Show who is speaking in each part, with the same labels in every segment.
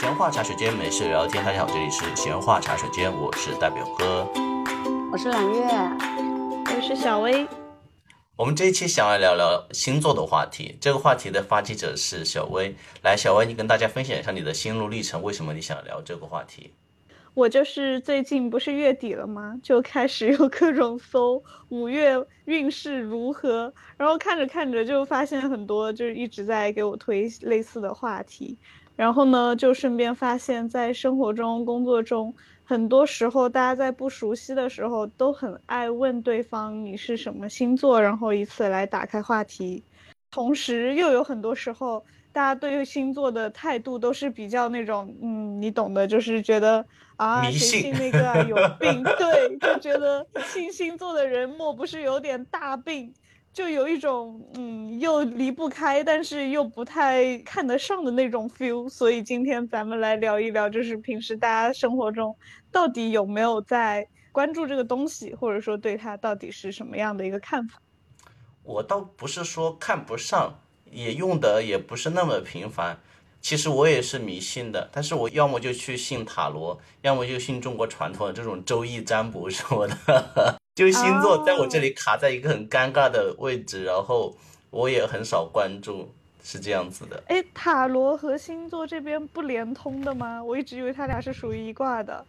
Speaker 1: 闲话茶水间，没事聊天。大家好，这里是闲话茶水间，我是大表哥。
Speaker 2: 我是揽月，
Speaker 3: 我是小薇，
Speaker 1: 我们这一期想要聊聊星座的话题，这个话题的发起者是小薇。来，小薇，你跟大家分享一下你的心路历程，为什么你想聊这个话题？
Speaker 3: 我就是最近不是月底了吗？就开始有各种搜五月运势如何，然后看着看着就发现很多就是一直在给我推类似的话题，然后呢，就顺便发现，在生活中、工作中，很多时候大家在不熟悉的时候都很爱问对方你是什么星座，然后以此来打开话题。同时又有很多时候，大家对于星座的态度都是比较那种，嗯，你懂的，就是觉得啊，
Speaker 1: 迷信
Speaker 3: 谁信那个啊有病，对，就觉得信星座的人莫不是有点大病，就有一种嗯，又离不开，但是又不太看得上的那种 feel。所以今天咱们来聊一聊，就是平时大家生活中到底有没有在关注这个东西，或者说对它到底是什么样的一个看法？
Speaker 1: 我倒不是说看不上，也用的也不是那么频繁。其实我也是迷信的，但是我要么就去信塔罗，要么就信中国传统的这种周易占卜什么的。 就是星座在我这里卡在一个很尴尬的位置，然后我也很少关注，是这样子的。
Speaker 3: 哎，塔罗和星座这边不连通的吗？我一直以为它俩是属于一卦的。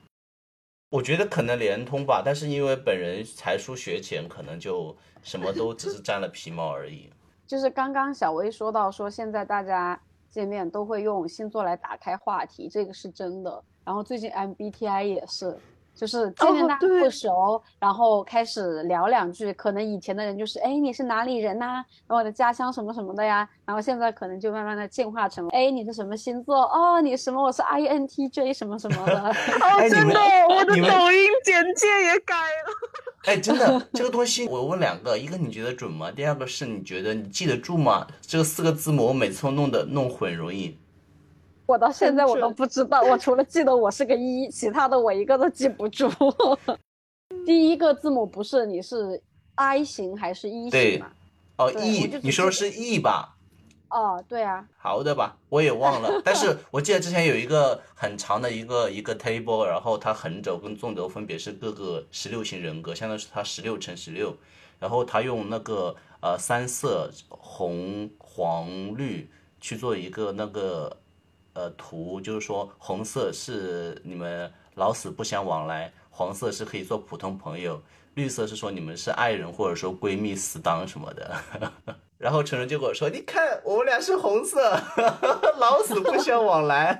Speaker 1: 我觉得可能连通吧，但是因为本人才疏学浅，可能就什么都只是占了皮毛而已。
Speaker 2: 就是刚刚小薇说到说，现在大家见面都会用星座来打开话题，这个是真的。然后最近 MBTI 也是，就是见面
Speaker 3: 哦
Speaker 2: 大家
Speaker 3: 对
Speaker 2: 不熟，然后开始聊两句，可能以前的人就是，哎，你是哪里人呐、然后我的家乡什么什么的呀，然后现在可能就慢慢的进化成，哎，你是什么星座？哦，你什么？我是 INTJ 什么什么的。
Speaker 3: 哦，
Speaker 1: 哎你
Speaker 3: 真
Speaker 1: 们
Speaker 3: 的，我的
Speaker 1: 你们
Speaker 3: 抖音简介也改了。
Speaker 1: 哎，真的，这个东西我问两个，一个你觉得准吗？第二个是你觉得你记得住吗？这四个字母我每次都弄的弄混容易。
Speaker 2: 我到现在
Speaker 3: 很
Speaker 2: 我都
Speaker 3: 准
Speaker 2: 不知道，我除了记得我是个一，其他的我一个都记不住。 第一个字母不是你是 I 型还是 E
Speaker 1: 对
Speaker 2: 型嘛？
Speaker 1: 哦
Speaker 2: 对我就
Speaker 1: ，E，
Speaker 2: 只
Speaker 1: 你说的
Speaker 2: 记
Speaker 1: 是 E 吧？
Speaker 2: 哦，对啊，
Speaker 1: 好的吧，我也忘了， 但是我记得之前有一个很长的一个一个 table，然后它横轴跟纵轴分别是各个十六型人格，相当于是它十六乘十六，然后它用那个呃三色红黄绿去做一个那个呃图，就是说红色是你们老死不相往来，黄色是可以做普通朋友，绿色是说你们是爱人或者说闺蜜死党什么的。然后陈晨就跟我说：“你看，我们俩是红色， 老死不相往来，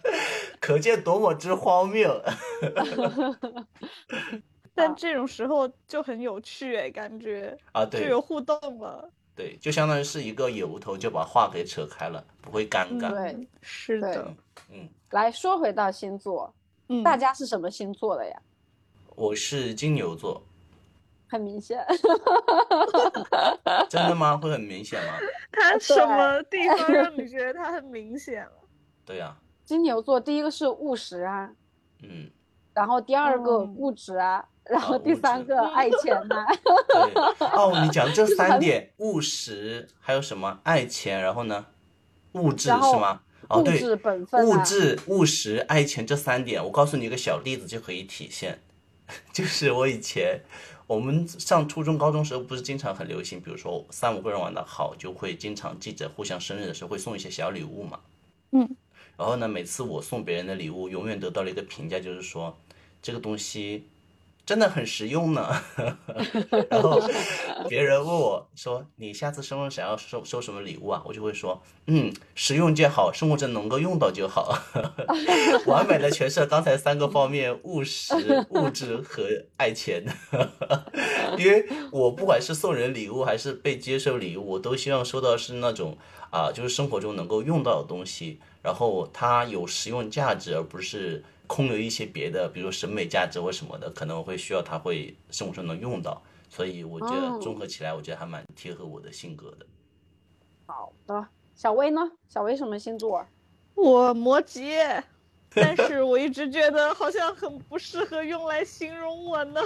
Speaker 1: 可见多么之荒谬。
Speaker 3: 但这种时候就很有趣哎，感觉”
Speaker 1: 啊，
Speaker 3: 就
Speaker 1: 对
Speaker 2: 哦
Speaker 3: 有互动了。
Speaker 1: 对，就相当于是一个由头就把话给扯开了，不会尴尬。
Speaker 2: 嗯对，
Speaker 3: 嗯是的，
Speaker 1: 嗯，
Speaker 2: 来说回到星座，
Speaker 3: 嗯，
Speaker 2: 大家是什么星座的呀？
Speaker 1: 我是金牛座，
Speaker 2: 很明显，
Speaker 1: 真的吗？ 会很明显吗？
Speaker 3: 他什么地方让你觉得他很明显了？
Speaker 1: 对呀、
Speaker 2: 金牛座第一个是务实啊，
Speaker 1: 嗯，
Speaker 2: 然后第二个
Speaker 3: 嗯
Speaker 2: 固执啊，然后
Speaker 1: 啊
Speaker 2: 第
Speaker 1: 物质
Speaker 2: 三个爱钱啊呐、
Speaker 1: 对。哦，你讲这三点，务实，还有什么爱钱，然后呢，物质
Speaker 2: 然后
Speaker 1: 是吗？哦，
Speaker 2: 固
Speaker 1: 对，
Speaker 2: 执本分、啊，
Speaker 1: 物质、务实、爱钱这三点，我告诉你一个小例子就可以体现， 就是我以前我们上初中、高中时候不是经常很流行，比如说三五个人玩的好，就会经常记着互相生日的时候会送一些小礼物嘛。
Speaker 3: 嗯。
Speaker 1: 然后呢，每次我送别人的礼物，永远得到了一个评价，就是说这个东西真的很实用呢。 然后别人问我说：“你下次生日想要收收什么礼物啊？”我就会说：“嗯，实用就好，生活中能够用到就好。” 完美的诠释了刚才三个方面：务实、物质和爱钱。 因为我不管是送人礼物还是被接受礼物，我都希望收到是那种啊、就是生活中能够用到的东西，然后它有实用价值，而不是空有一些别的，比如说审美价值或什么的，可能会需要它会生活中能用到。所以我觉得
Speaker 2: 哦
Speaker 1: 综合起来，我觉得还蛮贴合我的性格的。
Speaker 2: 好的，小薇呢？小薇什么星座？
Speaker 3: 我摩羯，但是我一直觉得好像很不适合用来形容我呢。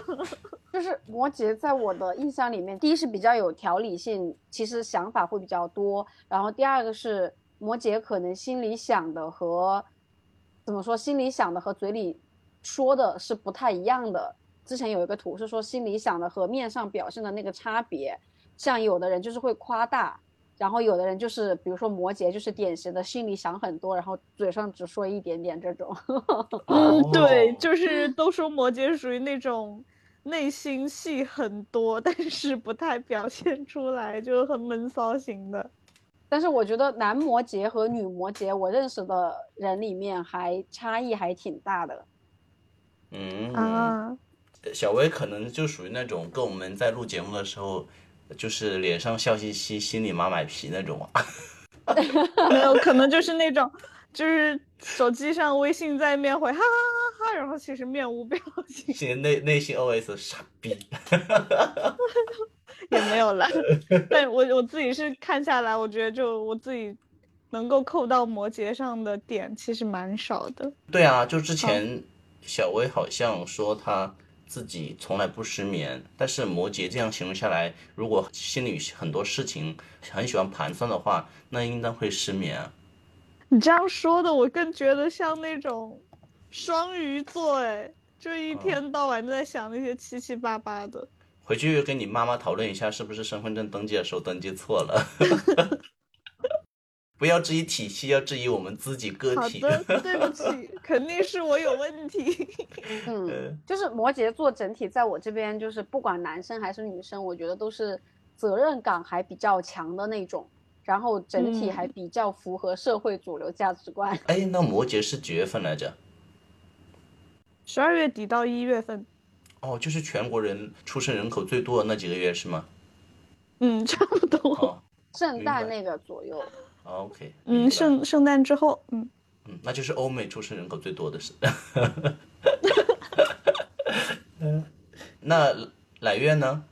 Speaker 2: 就是摩羯，在我的印象里面，第一是比较有条理性，其实想法会比较多；然后第二个是摩羯可能心里想的和怎么说，心里想的和嘴里说的是不太一样的。之前有一个图是说心里想的和面上表现的那个差别，像有的人就是会夸大，然后有的人就是比如说摩羯就是典型的心里想很多，然后嘴上只说一点点这种。
Speaker 3: 嗯，对
Speaker 1: 哦，
Speaker 3: 就是都说摩羯属于那种内心戏很多，但是不太表现出来，就很闷骚型的。
Speaker 2: 但是我觉得男摩羯和女摩羯，我认识的人里面还差异还挺大的。
Speaker 1: 嗯，
Speaker 3: 啊，
Speaker 1: 小薇可能就属于那种跟我们在录节目的时候，就是脸上笑嘻嘻，心里马买皮那种啊。
Speaker 3: 没有，可能就是那种，就是手机上微信在面回哈哈哈哈，然后其实面无表情，
Speaker 1: 心内内心 OS 傻逼。
Speaker 3: 也没有 了。但我我自己是看下来，我觉得就我自己能够扣到摩羯上的点其实蛮少的。
Speaker 1: 对啊，就之前小薇好像说她自己从来不失眠，但是摩羯这样形容下来，如果心里很多事情很喜欢盘算的话，那应当会失眠啊。
Speaker 3: 你这样说的，我更觉得像那种双鱼座，哎，就一天到晚都在想那些七七八八的。
Speaker 1: 回去跟你妈妈讨论一下，是不是身份证登记的时候登记错了。 不要质疑体系，要质疑我们自己个
Speaker 3: 好
Speaker 1: 体。
Speaker 3: 的，对不起，肯定是我有问题。
Speaker 2: 嗯
Speaker 1: 呃，
Speaker 2: 就是摩羯座整体在我这边，就是不管男生还是女生，我觉得都是责任感还比较强的那种，然后整体
Speaker 3: 嗯
Speaker 2: 还比较符合社会主流价值观。
Speaker 1: 哎，那摩羯是几月份来着？
Speaker 3: 十二月底到一月份，
Speaker 1: 哦，就是全国人出生人口最多的那几个月是吗？
Speaker 3: 嗯，差不多。
Speaker 1: 哦
Speaker 2: 圣
Speaker 1: 明
Speaker 2: 诞
Speaker 1: 白
Speaker 2: 那个左右，
Speaker 1: 哦，OK，明白
Speaker 3: 嗯，圣圣诞之后，嗯，
Speaker 1: 嗯，那就是欧美出生人口最多的 是。 那揽月呢？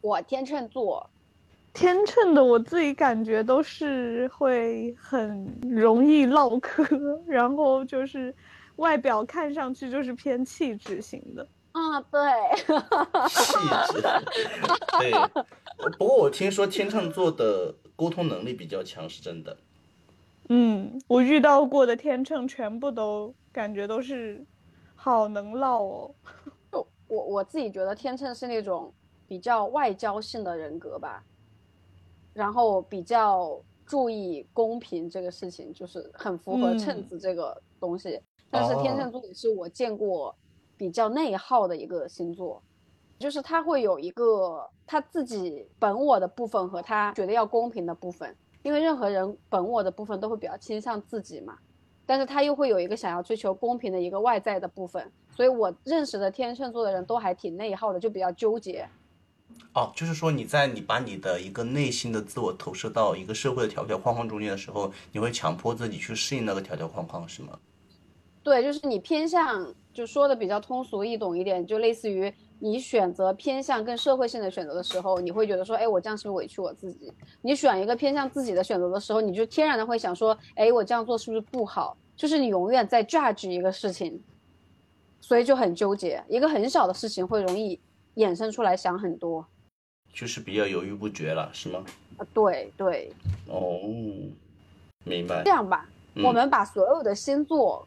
Speaker 2: 我天秤座，
Speaker 3: 天秤的我自己感觉都是会很容易唠嗑， 然后就是外表看上去就是偏气质型的。
Speaker 2: 啊，对，
Speaker 1: 气质，对。不过我听说天秤座的沟通能力比较强，是真的。
Speaker 3: 嗯，我遇到过的天秤全部都感觉都是好能唠哦。
Speaker 2: 就我我自己觉得天秤是那种比较外交性的人格吧，然后比较注意公平这个事情，就是很符合秤
Speaker 3: 嗯
Speaker 2: 子这个东西。但是天秤座也是我见过比较内耗的一个星座，就是他会有一个他自己本我的部分和他觉得要公平的部分，因为任何人本我的部分都会比较倾向自己嘛，但是他又会有一个想要追求公平的一个外在的部分，所以我认识的天秤座的人都还挺内耗的，就比较纠结。
Speaker 1: 哦，就是说你在你把你的一个内心的自我投射到一个社会的条条框框中间的时候，你会强迫自己去适应那个条条框框，是吗？
Speaker 2: 对，就是你偏向，就说的比较通俗易懂一点，就类似于你选择偏向更社会性的选择的时候，你会觉得说，哎，我这样是不是委屈我自己？你选一个偏向自己的选择的时候，你就天然的会想说，哎，我这样做是不是不好？就是你永远在 judge 一个事情，所以就很纠结。一个很小的事情会容易衍生出来想很多。
Speaker 1: 就是比较犹豫不决了，是吗？
Speaker 2: 啊，对对，
Speaker 1: 哦，明白
Speaker 2: 这。样吧，我
Speaker 1: 嗯
Speaker 2: 们把所有的星座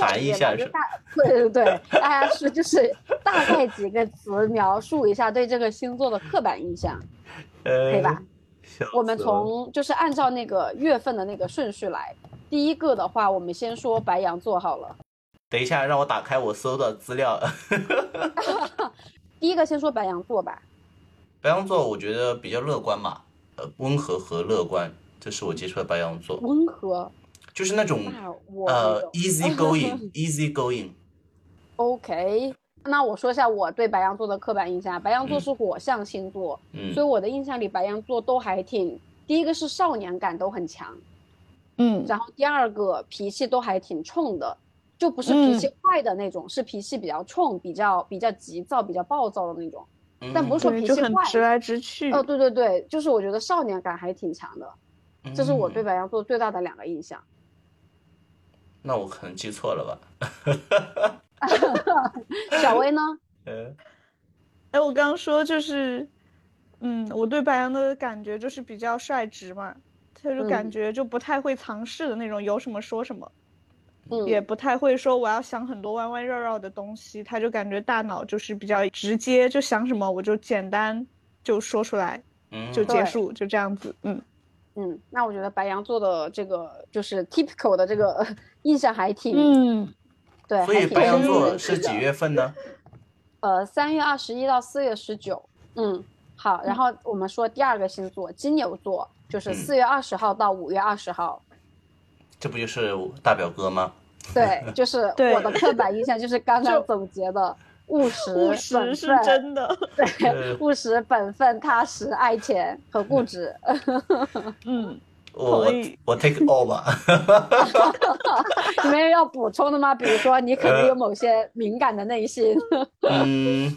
Speaker 1: 盘一下
Speaker 2: 就是大对对对，大家是就是大概几个词描述一下对这个星座的刻板印象，
Speaker 1: 呃
Speaker 2: 可以吧？？
Speaker 1: 笑
Speaker 2: 我们
Speaker 1: 死了
Speaker 2: 从就是按照那个月份的那个顺序来。第一个的话，我们先说白羊座好了。
Speaker 1: 等一下，让我打开我搜的资料。
Speaker 2: 第一个先说白羊座吧。
Speaker 1: 白羊座我觉得比较乐观吧，呃，温和和乐观，这是我接触的白羊座，
Speaker 2: 温和，
Speaker 1: 就是那种
Speaker 2: 那我
Speaker 1: 呃 easy going，easy going。
Speaker 2: OK。那我说一下我对白羊座的刻板印象。白羊座
Speaker 1: 嗯
Speaker 2: 是火象星座，
Speaker 1: 嗯
Speaker 2: 所以，我的印象里白羊座都还挺，第一个是少年感都很强，
Speaker 3: 嗯
Speaker 2: 然后第二个脾气都还挺冲的，就不是
Speaker 3: 嗯
Speaker 2: 脾气坏的那种，是脾气比较冲、比较比较急躁、比较暴躁的那种。
Speaker 1: 嗯
Speaker 2: 但不是说
Speaker 3: 对，
Speaker 2: 脾
Speaker 3: 就
Speaker 2: 气
Speaker 3: 很
Speaker 2: 坏
Speaker 3: 直来直去。
Speaker 2: 哦，对对对，就是我觉得少年感还挺强的，
Speaker 1: 嗯
Speaker 2: 这是我对
Speaker 1: 嗯
Speaker 2: 白羊座最大的两个印象。
Speaker 1: 那我可能记错了吧？
Speaker 2: 小薇 呢？
Speaker 1: 呃，
Speaker 3: 哎，我刚刚说就是，嗯，我对白羊的感觉就是比较率直嘛，他就感
Speaker 2: 嗯
Speaker 3: 觉就不太会藏事的那种，有什么说什么。
Speaker 2: 嗯
Speaker 3: 也不太会说我要想很多弯弯绕绕的东西，他就感觉大脑就是比较直接，就想什么我就简单就说出来
Speaker 1: 嗯，
Speaker 3: 就
Speaker 2: 对
Speaker 3: 结束，就这样子，嗯，
Speaker 2: 嗯，那我觉得白羊座的这个就是 typical 的这个 印象还挺，
Speaker 3: 嗯，
Speaker 2: 对，
Speaker 1: 所
Speaker 2: 还
Speaker 1: 以
Speaker 2: 挺
Speaker 1: 白羊
Speaker 2: 深
Speaker 1: 座
Speaker 2: 的
Speaker 1: 是几月份呢？
Speaker 2: 呃，三月二十一到四月十九。嗯，好，然后我们说第二个星座金牛座，就是
Speaker 1: 嗯
Speaker 2: 四月二十号到五月二十号。
Speaker 1: 这不就是我大表哥吗？
Speaker 2: 对，就是
Speaker 3: 对
Speaker 2: 我的刻板印象就是刚刚
Speaker 3: 就
Speaker 2: 总结的务实、
Speaker 3: 务实
Speaker 2: 本
Speaker 3: 是
Speaker 2: 分
Speaker 3: 真的，嗯
Speaker 1: 对呃
Speaker 2: 对，务实、本分、踏实、爱钱和固执。
Speaker 3: 嗯，
Speaker 1: 我我
Speaker 3: 同意
Speaker 1: 我 take all 吧。
Speaker 2: 你们要补充的吗？比如说你可能有某些敏感的内心。
Speaker 1: 嗯，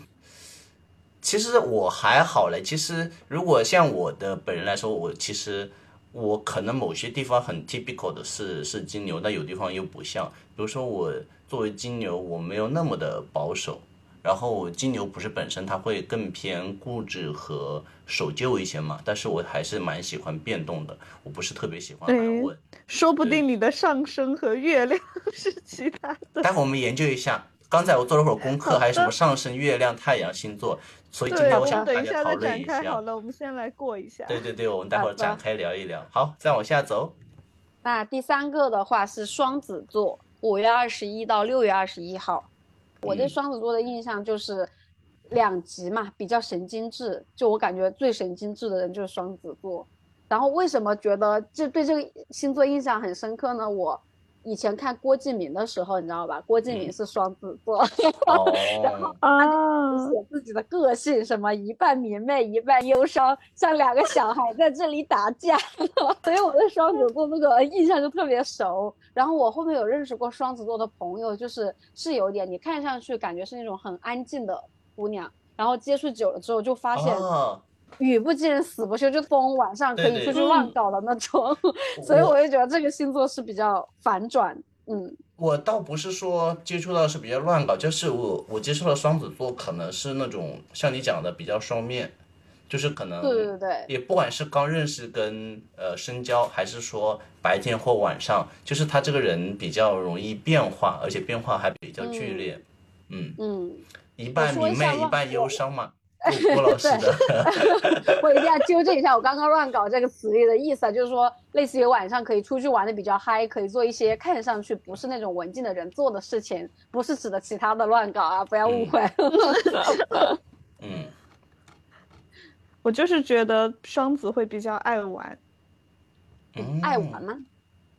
Speaker 1: 其实我还好嘞。其实如果像我的本人来说，我其实我可能某些地方很 typical 的是是金牛，但有地方又不像。比如说我作为金牛，我没有那么的保守。然后金牛不是本身它会更偏固执和守旧一些嘛，但是我还是蛮喜欢变动的，我不是特别喜欢
Speaker 3: 哎
Speaker 1: 安稳。
Speaker 3: 说不
Speaker 1: 对
Speaker 3: 定你的上升和月亮是其他的，
Speaker 1: 待会我们研究一下。刚才我做了会儿功课，还有什么上升、月亮、太阳星座，所以今
Speaker 3: 对，
Speaker 1: 天
Speaker 3: 我
Speaker 1: 想
Speaker 3: 们
Speaker 1: 和
Speaker 3: 等
Speaker 1: 大
Speaker 3: 一
Speaker 1: 家
Speaker 3: 下
Speaker 1: 讨
Speaker 3: 再
Speaker 1: 论
Speaker 3: 展
Speaker 1: 一
Speaker 3: 开
Speaker 1: 下
Speaker 3: 好。了，我们先来过一下，
Speaker 1: 对对对，我们待会
Speaker 2: 好
Speaker 1: 儿
Speaker 2: 的
Speaker 1: 展开聊一聊。好，再往下走。
Speaker 2: 那第三个的话是双子座，五月二十一到六月二十一号。我对
Speaker 1: 嗯
Speaker 2: 双子座的印象就是两极嘛，比较神经质。就我感觉最神经质的人就是双子座。然后为什么觉得就对这个星座印象很深刻呢？我以前看郭敬明的时候，你知道吧？郭敬明
Speaker 1: 嗯
Speaker 2: 是双子座，
Speaker 1: 哦，
Speaker 3: 啊
Speaker 2: 写自己的个性，什么一半明媚，一半忧伤，像两个小孩在这里打架。 所以我对双子座那个印象就特别熟。然后我后面有认识过双子座的朋友，就是是有点你看上去感觉是那种很安静的姑娘，然后接触久了之后就发现
Speaker 1: 哦，
Speaker 2: 语不惊人死不休，就疯，晚上可
Speaker 1: 对
Speaker 2: 以
Speaker 1: 对
Speaker 2: 出去
Speaker 3: 嗯
Speaker 2: 乱搞的那种。 所以我就觉得这个星座是比较反转，嗯。
Speaker 1: 我倒不是说接触到是比较乱搞，就是我我接触到双子座可能是那种像你讲的比较双面，就是可能
Speaker 2: 对对对
Speaker 1: 也不管是刚认识跟呃深交，还是说白天或晚上，就是他这个人比较容易变化，而且变化还比较剧烈。嗯，
Speaker 2: 嗯，
Speaker 1: 一半
Speaker 2: 说一
Speaker 1: 明
Speaker 2: 下
Speaker 1: 媚，一
Speaker 2: 忘
Speaker 1: 半
Speaker 2: 我
Speaker 1: 忧伤 嘛。郭郭老师的，
Speaker 2: 我一定要纠正一下我刚刚“乱搞”这个词语的意思啊，就是说，类似于晚上可以出去玩的比较嗨，可以做一些看上去不是那种文静的人做的事情，不是指的其他的乱搞啊，不要误会。
Speaker 1: 嗯，
Speaker 3: 我就是觉得双子会比较爱玩，
Speaker 1: 嗯
Speaker 2: 爱玩吗？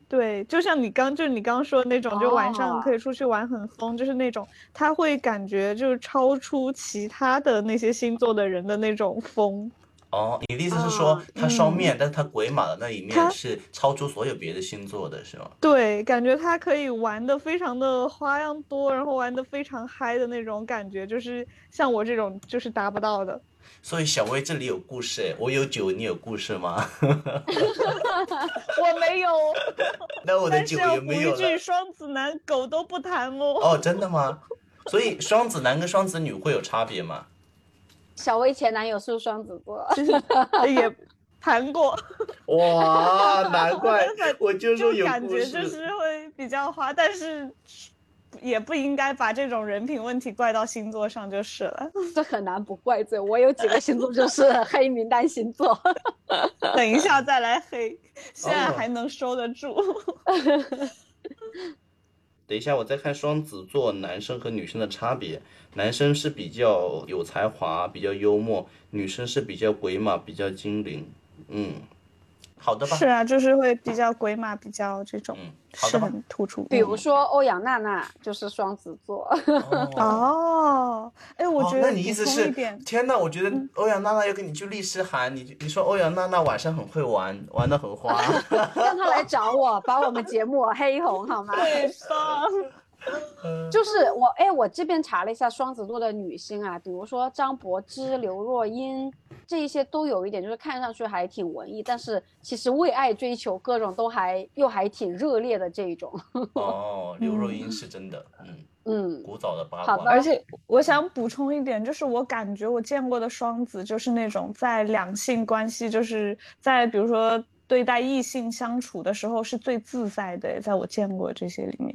Speaker 3: 对，就像你刚就是你刚说的那种，就晚上
Speaker 2: 哦
Speaker 3: 可以出去玩很疯，就是那种他会感觉就是超出其他的那些星座的人的那种疯，
Speaker 1: 哦，你的意思是说
Speaker 2: 啊
Speaker 1: 他双面，但是他鬼马的那一面
Speaker 3: 他
Speaker 1: 是超出所有别的星座的，是吗？
Speaker 3: 对，感觉他可以玩的非常的花样多，然后玩的非常嗨的那种感觉，就是像我这种就是达不到的。
Speaker 1: 所以小薇这里有故事诶，我有酒，你有故事吗？
Speaker 3: 我没有，
Speaker 1: 那 我的
Speaker 3: 但是
Speaker 1: 酒
Speaker 3: 要
Speaker 1: 也
Speaker 3: 补
Speaker 1: 没有
Speaker 3: 一句，
Speaker 1: 了。
Speaker 3: 双子男狗都不谈哦。
Speaker 1: 哦，真的吗？所以双子男跟双子女会有差别吗？
Speaker 2: 小薇前男友是不是双子座？
Speaker 1: 哦
Speaker 3: 就是 也谈过，
Speaker 1: 哇，难 怪我就
Speaker 3: 就感觉就是会比较花，但是也不应该把这种人品问题怪到星座上就是了。
Speaker 2: 这很难不怪罪。我有几个星座就是黑名单星座。
Speaker 3: 等一下再来黑，现在
Speaker 1: 哦
Speaker 3: 还能收得住。
Speaker 1: 等一下，我再看双子座男生和女生的差别。男生是比较有才华，比较幽默；女生是比较鬼马，比较精灵。嗯，好的吧
Speaker 3: 是。啊，就是会比较鬼马，比较这种
Speaker 1: 嗯，好
Speaker 3: 是
Speaker 1: 的吧。
Speaker 3: 很突出。
Speaker 2: 比如说欧阳娜娜就是双子座，
Speaker 1: 哦，
Speaker 3: 哦，哎，我
Speaker 1: 哦
Speaker 3: 觉
Speaker 1: 那
Speaker 3: 得
Speaker 1: 你意
Speaker 3: 补
Speaker 1: 思
Speaker 3: 充一
Speaker 1: 是
Speaker 3: 点， 嗯
Speaker 1: 天哪！我觉得欧阳娜娜要跟你去律师函，你你说欧阳娜娜晚上很会玩，玩的很 花。
Speaker 2: 让她来找我，把我们节目黑红好吗？
Speaker 3: 对方
Speaker 2: 就是我哎，我这边查了一下双子座的女星啊，比如说张柏
Speaker 1: 嗯
Speaker 2: 芝、刘若英，这一些都有一点，就是看上去还挺文艺，但是其实为爱追求各种都还又还挺热烈的这一种。
Speaker 1: 哦，刘若英是真的，嗯，
Speaker 2: 嗯，
Speaker 1: 古早的八
Speaker 2: 好
Speaker 1: 卦。
Speaker 2: 的
Speaker 3: 而且我想补充一点，就是我感觉我见过的双子，就是那种在两性关系，就是在比如说对待异性相处的时候是最自在的，在我见过这些里面。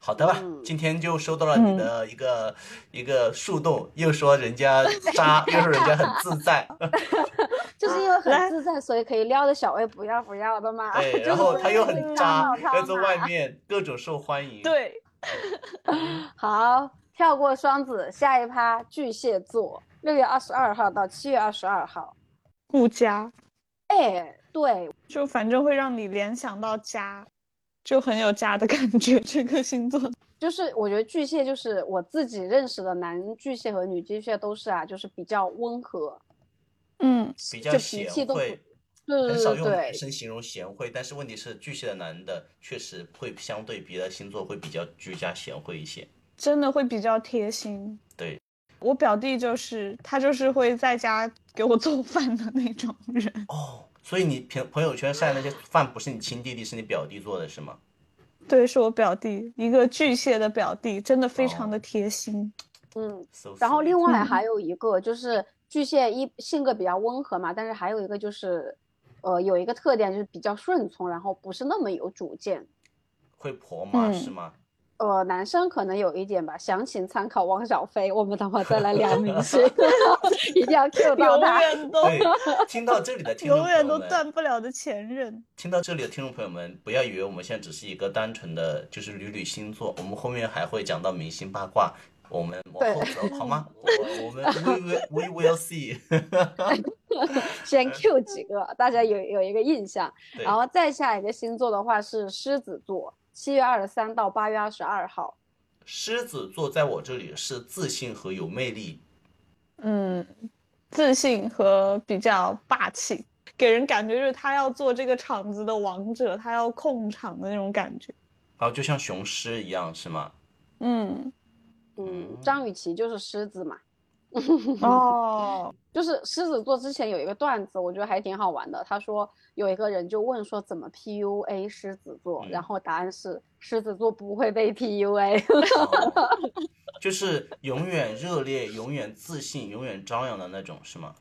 Speaker 1: 好的吧，
Speaker 2: 嗯
Speaker 1: 今天就收到了你的一个、一个树洞，又说人 家渣，又说人家很自在，
Speaker 2: 就是因为很自在，所以可以撩着小薇不要不要的嘛。
Speaker 1: 对，
Speaker 2: 就是
Speaker 1: 哎然后他又
Speaker 2: 不要
Speaker 1: 很
Speaker 2: 去
Speaker 1: 渣
Speaker 2: 打扰，他
Speaker 1: 又在
Speaker 2: 嘛
Speaker 1: 外面各种受欢迎。
Speaker 3: 对，
Speaker 2: 好，跳过双子，下一趴巨蟹座，六月二十二号到七月二十二号。
Speaker 3: 顾家
Speaker 2: 哎，对，
Speaker 3: 就反正会让你联想到家，就很有家的感觉。这个星座，
Speaker 2: 就是我觉得巨蟹就是我自己认识的男巨蟹和女巨蟹都是啊，就是比较温和，
Speaker 3: 嗯，
Speaker 1: 比
Speaker 2: 就
Speaker 1: 较
Speaker 2: 脾
Speaker 1: 贤
Speaker 2: 气都不
Speaker 1: 惠，
Speaker 2: 对
Speaker 1: 很
Speaker 2: 对
Speaker 1: 少
Speaker 2: 对
Speaker 1: 用男
Speaker 2: 对，
Speaker 1: 生形容贤惠，但是问题是巨蟹的男的确实会相对别的星座会比较居家贤惠一些。
Speaker 3: 真的会比较贴心。
Speaker 1: 对，
Speaker 3: 我表弟就是他，就是会在家给我做饭的那种人。
Speaker 1: 哦，所以你朋朋友圈晒的那些饭不是你亲弟弟，是你表弟做的是吗？
Speaker 3: 对，是我表弟，一个巨蟹的表弟，真的非常
Speaker 1: 哦
Speaker 3: 的贴心。
Speaker 2: 嗯。
Speaker 1: So
Speaker 2: 然后
Speaker 1: sweet
Speaker 2: 另外
Speaker 3: 嗯
Speaker 2: 还有一个就是巨蟹一性格比较温和嘛，但是还有一个就是，呃，有一个特点就是比较顺从，然后不是那么有主见。
Speaker 1: 会婆妈
Speaker 3: 嗯
Speaker 1: 是吗？
Speaker 2: 呃，男生可能有一点吧，详情参考汪小菲。我们等会儿再来聊明 星， 一定要 Q 到
Speaker 3: 永
Speaker 2: 他。
Speaker 3: 远都
Speaker 1: 对，听到这里的哎听众
Speaker 3: 永
Speaker 1: 朋
Speaker 3: 远
Speaker 1: 友
Speaker 3: 都
Speaker 1: 们，
Speaker 3: 断不了的前任。
Speaker 1: 听到这里的听众朋友们，不要以为我们现在只是一个单纯的就是捋捋星座，我们后面还会讲到明星八卦，我们往后走好 吗？我我们 we will we will see
Speaker 2: 先 Q 几个，大家有有一个印象。
Speaker 1: 对。
Speaker 2: 然后再下一个星座的话是狮子座，七月二十三到八月二十二号。
Speaker 1: 狮子座在我这里是自信和有魅力，
Speaker 3: 嗯，自信和比较霸气，给人感觉就是他要做这个场子的王者，他要控场的那种感觉。
Speaker 1: 然后就像雄狮一样，是 吗？
Speaker 3: 嗯，
Speaker 1: 哦
Speaker 2: 嗯，张雨绮就是狮子嘛。
Speaker 3: 哦，
Speaker 2: 就是狮子座之前有一个段子，我觉得还挺好玩的。他说有一个人就问说怎么 PUA 狮子座，
Speaker 1: 嗯
Speaker 2: 然后答案是狮子座不会被 PUA。
Speaker 1: 哦就是永远热烈、永远自信、永远张扬的那种，是吗？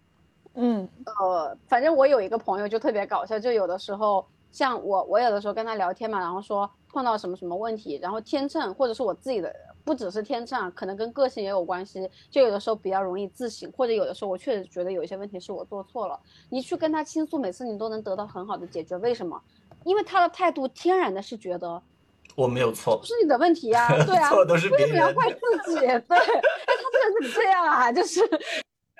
Speaker 3: 嗯，
Speaker 2: 呃，反正我有一个朋友就特别搞笑，就有的时候像我，我有的时候跟他聊天嘛，然后说碰到什么什么问题，然后天秤或者是我自己的，不只是天秤啊，可能跟个性也有关系，就有的时候比较容易自省，或者有的时候我确实觉得有一些问题是我做错了，你去跟他倾诉，每次你都能得到很好的解决，为什么？因为他的态度天然的是觉得
Speaker 1: 我没有错
Speaker 2: 不，是你的问题 呀、对啊，
Speaker 1: 错都是
Speaker 2: 为
Speaker 1: 别
Speaker 2: 什么要
Speaker 1: 人
Speaker 2: 怪
Speaker 1: 的。
Speaker 2: 自己？对， 哎，他这个人怎么这样啊？就是，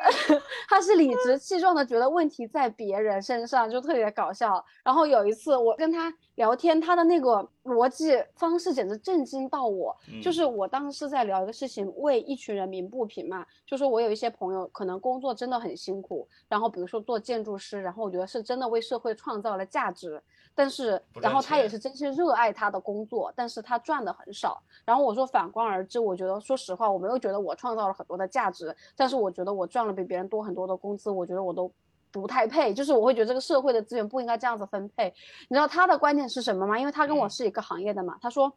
Speaker 2: 他是理直气壮的觉得问题在别人身上，就特别搞笑。然后有一次我跟他聊天，他的那个逻辑方式简直震惊到我。
Speaker 1: 嗯
Speaker 2: 就是我当时是在聊一个事情，为一群人鸣不平嘛，就说我有一些朋友可能工作真的很辛苦，然后比如说做建筑师，然后我觉得是真的为社会创造了价值，但是
Speaker 1: 不
Speaker 2: 然
Speaker 1: 赚
Speaker 2: 后他也
Speaker 1: 钱
Speaker 2: 是真心热爱他的工作，但是他赚的很少。然后我说反观而知，我觉得说实话，我没有觉得我创造了很多的价值，但是我觉得我赚了比别人多很多的工资，我觉得我都。不太配，就是我会觉得这个社会的资源不应该这样子分配。你知道他的观点是什么吗？因为他跟我
Speaker 1: 嗯
Speaker 2: 是一个行业的嘛，他说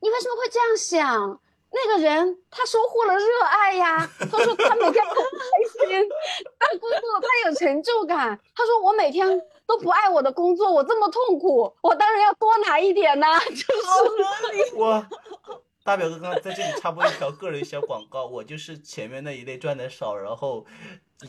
Speaker 2: 你为什么会这样想？那个人他收获了热爱呀，他说他每天都很开心，他工作他有成就感。他说我每天都不爱我的工作，我这么痛苦，我当然要多拿一点呐、
Speaker 3: 哦
Speaker 2: 就是
Speaker 1: 我大表哥刚刚在这里插播一条个人小广告，我就是前面那一类赚的少，然后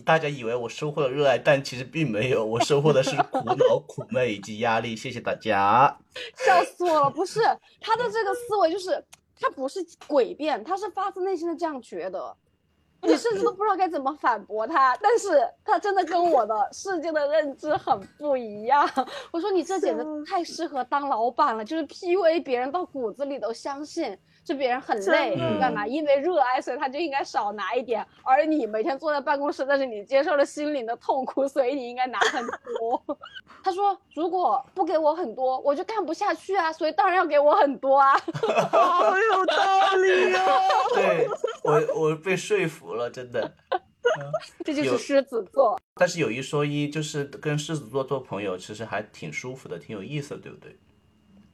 Speaker 1: 大家以为我收获了热爱，但其实并没有，我收获的是苦恼、苦闷以及压力。谢谢大家。
Speaker 2: 笑死我了。不是他的这个思维就是他不是诡辩，他是发自内心的这样觉得。你甚至都不知道该怎么反驳他，但是他真的跟我的世界的认知很不一样。我说你这简
Speaker 3: 笑
Speaker 2: 直太适合当老板了，就是 PUA 别人到骨子里都相信，就别人很累，
Speaker 3: 真的
Speaker 2: 你干嘛？因为热爱，所以他就应该少拿一点，而你每天坐在办公室，但是你接受了心灵的痛苦，所以你应该拿很多。 他说如果不给我很多，我就干不下去啊，所以当然要给我很多啊。
Speaker 3: 好有道理哦。
Speaker 1: 对我，我被说服了，真的。
Speaker 2: 这就
Speaker 1: 有
Speaker 2: 是狮子座。
Speaker 1: 但是有一说一，就是跟狮子座做朋友，其实还挺舒服的，挺有意思的，对不对？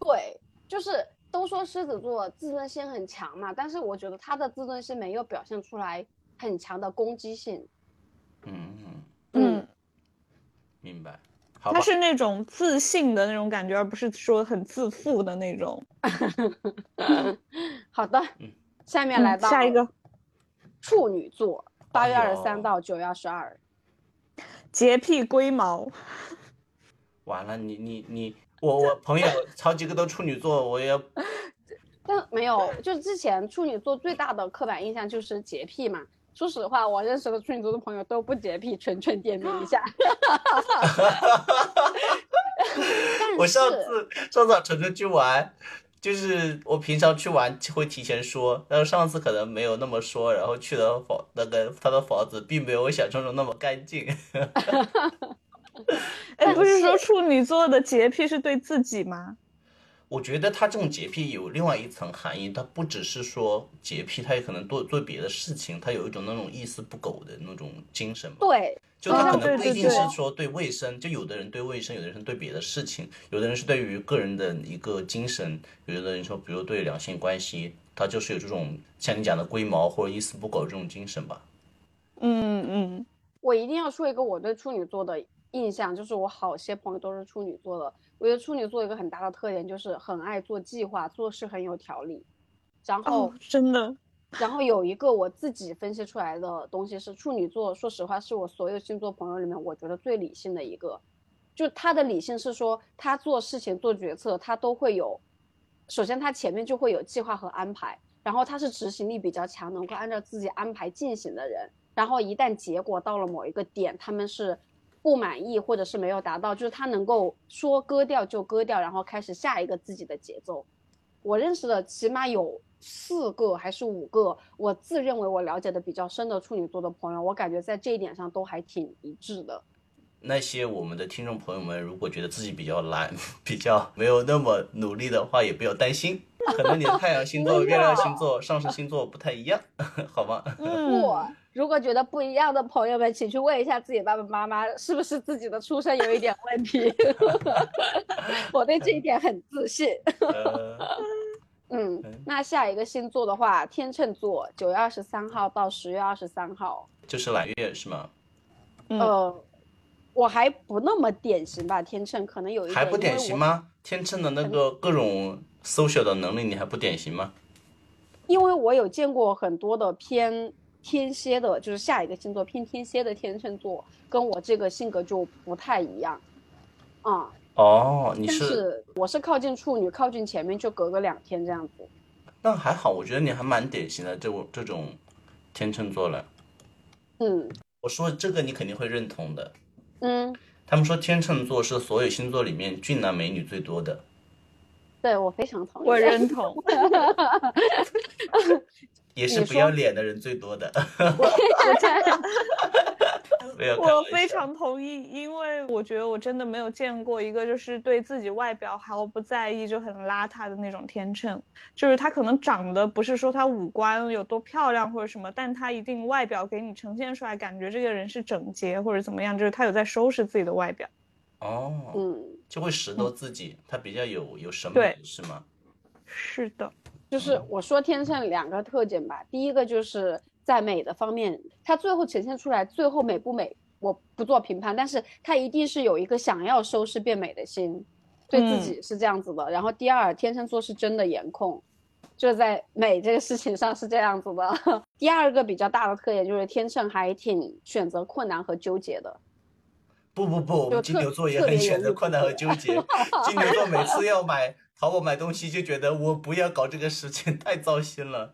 Speaker 2: 对，就是都说狮子座自尊心很强嘛，但是我觉得他的自尊心没有表现出来很强的攻击性。
Speaker 1: 嗯，嗯
Speaker 3: 嗯，
Speaker 1: 明白。好吧
Speaker 3: 他是那种自信的那种感觉，而不是说很自负的那种。
Speaker 2: 好的
Speaker 1: 嗯，
Speaker 2: 下面来
Speaker 3: 嗯
Speaker 2: 到
Speaker 3: 下一个
Speaker 2: 处女座，八月
Speaker 1: 哎
Speaker 2: 二
Speaker 1: 呦
Speaker 2: 十三到九月二十二。
Speaker 3: 洁癖龟毛，
Speaker 1: 完了，你你你，我我朋友好几个都处女座，我也
Speaker 2: 但没有，就是之前处女座最大的刻板印象就是洁癖嘛。说实话，我认识的处女座的朋友都不洁癖，纯纯点名一下。 但
Speaker 1: 我上
Speaker 2: 是
Speaker 1: 次上次晨晨去玩，就是我平常去玩会提前说，但是上次可能没有那么说，然后去的房那个他的房子并没有我想象中那么干净。
Speaker 3: 哎，
Speaker 2: 但
Speaker 3: 不是说
Speaker 2: 是
Speaker 3: 处女座的洁癖是对自己吗？
Speaker 1: 我觉得他这种洁癖有另外一层含义，他不只是说洁癖，他也可能做做别的事情，他有一种那种一丝不苟的那种精神嘛。
Speaker 2: 对，
Speaker 1: 就他
Speaker 3: 啊
Speaker 1: 可能
Speaker 3: 对
Speaker 1: 不
Speaker 3: 对
Speaker 1: 一定是
Speaker 3: 对
Speaker 1: 说对卫生，就有的人对卫生，有的人是对别的事情，有的人是对于个人的一个精神，有的人说，比如对两性关系，他就是有这种像你讲的龟毛或者一丝不苟这种精神吧。
Speaker 3: 嗯嗯，
Speaker 2: 我一定要说一个我对处女座的印象，就是我好些朋友都是处女座的。我觉得处女座有一个很大的特点就是很爱做计划，做事很有条理。然后、
Speaker 3: 哦，真的，
Speaker 2: 然后有一个我自己分析出来的东西是处女座，说实话是我所有星座朋友里面我觉得最理性的一个，就他的理性是说他做事情做决策他都会有，首先他前面就会有计划和安排，然后他是执行力比较强，能够按照自己安排进行的人，然后一旦结果到了某一个点，他们是。不满意或者是没有达到，就是他能够说割掉就割掉，然后开始下一个自己的节奏。我认识的起码有四个还是五个，我自认为我了解的比较深的处女座的朋友，我感觉在这一点上都还挺一致的。
Speaker 1: 那些我们的听众朋友们，如果觉得自己比较懒， 比较没有那么努力的话，也不要担心，可能你的太阳星 座、
Speaker 2: 真的
Speaker 1: 月
Speaker 3: 啊
Speaker 1: 亮星座、上升星座不太一样， 好吗？
Speaker 3: 嗯，
Speaker 2: 不，如果觉得不一样的朋友们，请去问一下自己爸爸妈妈，是不是自己的出身有一点问题。 我对这一点很自信。
Speaker 1: 呃，
Speaker 2: 嗯
Speaker 1: 嗯，
Speaker 2: 那下一个星座的话，天秤座，九月二十三号到十月二十三号。
Speaker 1: 就是揽月是吗？
Speaker 3: 嗯
Speaker 2: 呃，我还不那么典型吧，天秤可能有一点
Speaker 1: 还不
Speaker 2: 因为
Speaker 1: 典
Speaker 2: 我
Speaker 1: 型吗？天秤的那个各种 social 的能力，你还不典型吗？
Speaker 2: 因为我有见过很多的偏天蝎的，就是下一个星座偏天蝎的天秤座，跟我这个性格就不太一样，啊、
Speaker 1: 哦，你
Speaker 2: 但
Speaker 1: 是
Speaker 2: 是我是靠近处女，靠近前面就隔个两天这样子。
Speaker 1: 那还好，我觉得你还蛮典型的这种这种天秤座了。
Speaker 2: 嗯
Speaker 1: 我说这个你肯定会认同的。
Speaker 2: 嗯，
Speaker 1: 他们说天秤座是所有星座里面俊男美女最多的，
Speaker 2: 对我非常同意。
Speaker 3: 我认同。
Speaker 1: 也是
Speaker 2: 你
Speaker 1: 不
Speaker 2: 说
Speaker 1: 要脸的人最多的。 没有开
Speaker 3: 我
Speaker 1: 玩
Speaker 3: 非
Speaker 1: 笑
Speaker 3: 常同意，因为我觉得我真的没有见过一个就是对自己外表毫不在意就很邋遢的那种天秤，就是他可能长得不是说他五官有多漂亮或者什么，但他一定外表给你呈现出来，感觉这个人是整洁或者怎么样，就是他有在收拾自己的外表。
Speaker 1: 哦，
Speaker 2: 嗯，
Speaker 1: 就会拾掇自己，他比较有有审
Speaker 3: 对
Speaker 1: 美是吗？
Speaker 3: 是的，
Speaker 2: 就是我说天秤两个特点吧，第一个就是在美的方面，它最后呈现出来最后美不美，我不做评判，但是它一定是有一个想要收拾变美的心，对自己是这样子的。然后第二，天秤座是真的颜控，就在美这个事情上是这样子的。 第二个比较大的特点就是天秤还挺选择困难和纠结的，
Speaker 1: 不不不，我们
Speaker 2: 就
Speaker 1: 金
Speaker 2: 特
Speaker 1: 牛座也
Speaker 2: 特
Speaker 1: 很
Speaker 2: 别
Speaker 1: 选
Speaker 2: 犹
Speaker 1: 择
Speaker 2: 豫
Speaker 1: 困
Speaker 2: 不
Speaker 1: 难和
Speaker 2: 决
Speaker 1: 纠 结。金牛座每次要买淘宝买东西，就觉得我不要搞这个事情， 太糟心了。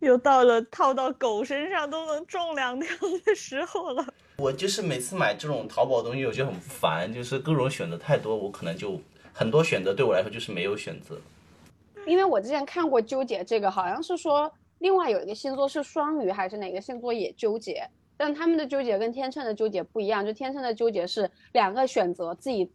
Speaker 3: 又到了套到狗身上都能中两条的时候了。
Speaker 1: 我就是每次买这种淘宝东西，我就很烦，就是各种选择太多，我可能就很多选择对我来说就是没有选择。
Speaker 2: 因为我之前看过纠结这个，好像是说另外有一个星座是双鱼还是哪个星座也纠结，但他们的纠结跟天秤的纠结不一样，就天秤的纠结是两个选择自己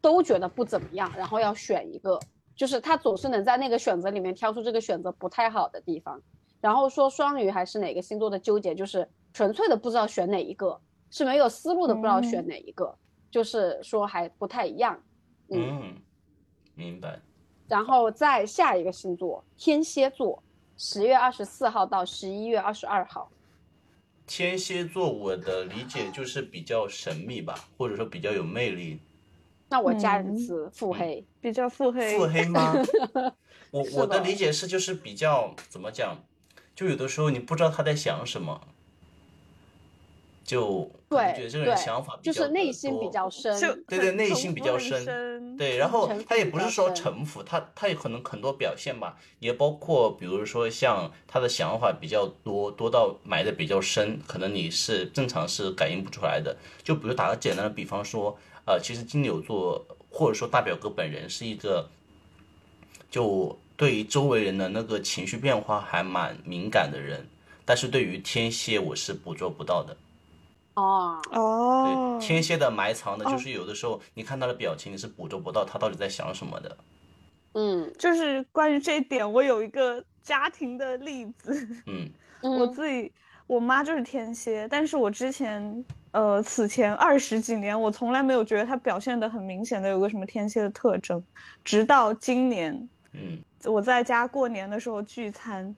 Speaker 2: 都觉得不怎么样，然后要选一个，就是他总是能在那个选择里面挑出这个选择不太好的地方。然后说双鱼还是哪个星座的纠结，就是纯粹的不知道选哪一个，是没有思路的不知道选哪一个，就是说还不太一样。嗯
Speaker 1: 嗯，明白。
Speaker 2: 然后再下一个星座天蝎座，十月二十四号到十一月二十二号。
Speaker 1: 天蝎座我的理解就是比较神秘吧，或者说比较有魅力。
Speaker 2: 那我家人是腹黑，
Speaker 3: 比较腹黑，
Speaker 1: 腹黑吗？我
Speaker 2: 是
Speaker 1: 我的
Speaker 2: 的
Speaker 1: 理解是，就是比较怎么讲，就有的时候你不知道他在想什么，就可能
Speaker 2: 对
Speaker 1: 觉得这个人
Speaker 2: 对
Speaker 1: 想法比
Speaker 2: 就
Speaker 1: 较
Speaker 2: 是
Speaker 1: 的
Speaker 2: 内心比
Speaker 1: 多
Speaker 2: 较深，
Speaker 3: 就
Speaker 1: 对对
Speaker 3: 很
Speaker 1: 内
Speaker 3: 城
Speaker 1: 心比
Speaker 3: 府
Speaker 1: 较
Speaker 3: 很
Speaker 1: 深
Speaker 3: 深
Speaker 1: 对，然后
Speaker 2: 臣
Speaker 1: 他
Speaker 2: 服
Speaker 1: 也
Speaker 2: 比
Speaker 1: 不是
Speaker 2: 较
Speaker 1: 说
Speaker 2: 深
Speaker 1: 臣服，他他也可能很多表现吧，也包括比如说像他的想法比较多，多到埋的比较深，可能你是正常是感应不出来的。就比如打个简单的比方说，呃，其实金牛座或者说大表哥本人是一个，就对于周围人的那个情绪变化还蛮敏感的人，但是对于天蝎我是捕捉不到的。
Speaker 2: 哦，
Speaker 3: 哦
Speaker 1: 对，，天蝎的埋藏的
Speaker 3: 哦
Speaker 1: 就是有的时候你看他的表情，你是捕捉不到他到底在想什么的。
Speaker 2: 嗯
Speaker 3: 就是关于这一点，我有一个家庭的例子。
Speaker 1: 嗯
Speaker 3: 我
Speaker 2: 嗯，
Speaker 3: 自己，我妈就是天蝎，但是我之前，呃，此前二十几年，我从来没有觉得她表现得很明显的有个什么天蝎的特征，直到今年
Speaker 1: 嗯
Speaker 3: 我在家过年的时候聚餐，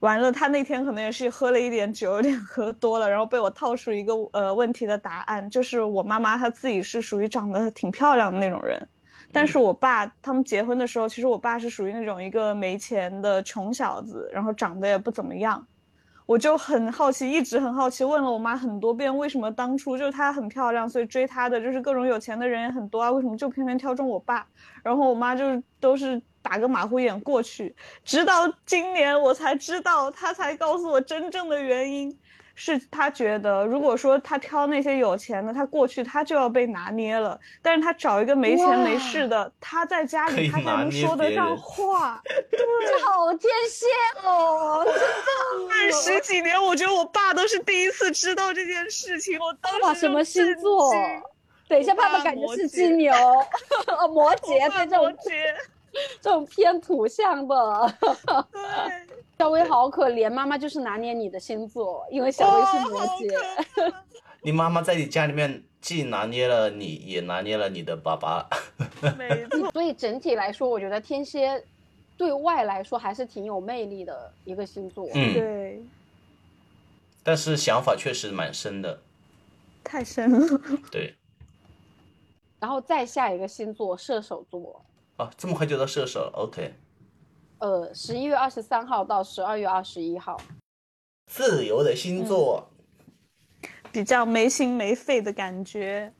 Speaker 3: 完了，她那天可能也是喝了一点酒，有点喝多了，然后被我套出一个呃问题的答案，就是我妈妈她自己是属于长得挺漂亮的那种人，
Speaker 1: 嗯
Speaker 3: 但是我爸他们结婚的时候，其实我爸是属于那种一个没钱的穷小子，然后长得也不怎么样。我就很好奇，一直很好奇，问了我妈很多遍，为什么当初就是她很漂亮，所以追她的就是各种有钱的人也很多啊，为什么就偏偏挑中我爸？然后我妈就是都是打个马虎眼过去，直到今年我才知道，她才告诉我真正的原因，是她觉得如果说她挑那些有钱的，她过去她就要被拿捏了，但是她找一个没钱没势的，她在家
Speaker 1: 可以
Speaker 3: 里她才
Speaker 1: 拿
Speaker 3: 能
Speaker 1: 捏
Speaker 3: 说得
Speaker 1: 别人
Speaker 3: 上 话。
Speaker 2: 这好天蝎 哦，
Speaker 3: 二十几年，我觉得我爸都是第一次知道这件事情，我当时
Speaker 2: 爸爸
Speaker 3: 就
Speaker 2: 什么星
Speaker 3: 震
Speaker 2: 座
Speaker 3: 惊？
Speaker 2: 等一下，爸
Speaker 3: 爸
Speaker 2: 爸感觉
Speaker 3: 摩
Speaker 2: 是
Speaker 3: 羯
Speaker 2: 金 牛，哦，摩羯
Speaker 3: 我爸
Speaker 2: 对这
Speaker 3: 摩
Speaker 2: 种
Speaker 3: 羯，
Speaker 2: 这种偏土象的，
Speaker 3: 对，
Speaker 2: 小薇好可怜，妈妈就是拿捏你的星座，因为小薇是摩
Speaker 3: 哦好
Speaker 2: 羯。
Speaker 3: 可
Speaker 1: 你妈妈在你家里面既拿捏了你，也拿捏了你的爸爸。
Speaker 3: 没错，
Speaker 2: 所以整体来说，我觉得天蝎对外来说还是挺有魅力的一个星座。
Speaker 1: 嗯，
Speaker 3: 对，
Speaker 1: 但是想法确实蛮深的。
Speaker 3: 太深了。
Speaker 1: 对
Speaker 2: 然后再下一个星座射手座，
Speaker 1: 啊，这么快就到射手了，OK。
Speaker 2: 呃，十一月二十三号到十二月二十一号，
Speaker 1: 自由的星座，
Speaker 3: 比较没心没肺的感觉，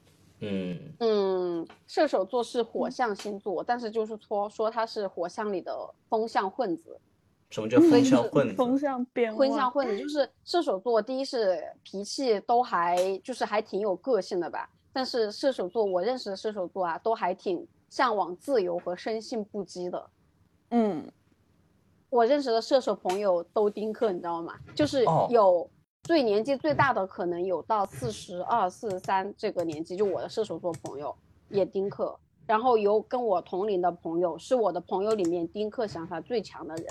Speaker 1: 嗯，
Speaker 2: 嗯，射手座是火象星座，但是就是说说它是火象里的风象混子，
Speaker 1: 什么叫风象混
Speaker 3: 嗯风
Speaker 1: 子？
Speaker 3: 向变
Speaker 2: 婚
Speaker 3: 化
Speaker 2: 相，混的，就是射手座，第一是脾气都还就是还挺有个性的吧，但是射手座我认识的射手座啊，都还挺向往自由和生性不羁的。
Speaker 3: 嗯，
Speaker 2: 我认识的射手朋友都丁克，你知道吗？就是
Speaker 1: 哦
Speaker 2: 有最年纪最大的可能有到四十二、四十三这个年纪，就我的射手座朋友也丁克，然后有跟我同龄的朋友，是我的朋友里面丁克想法最强的人，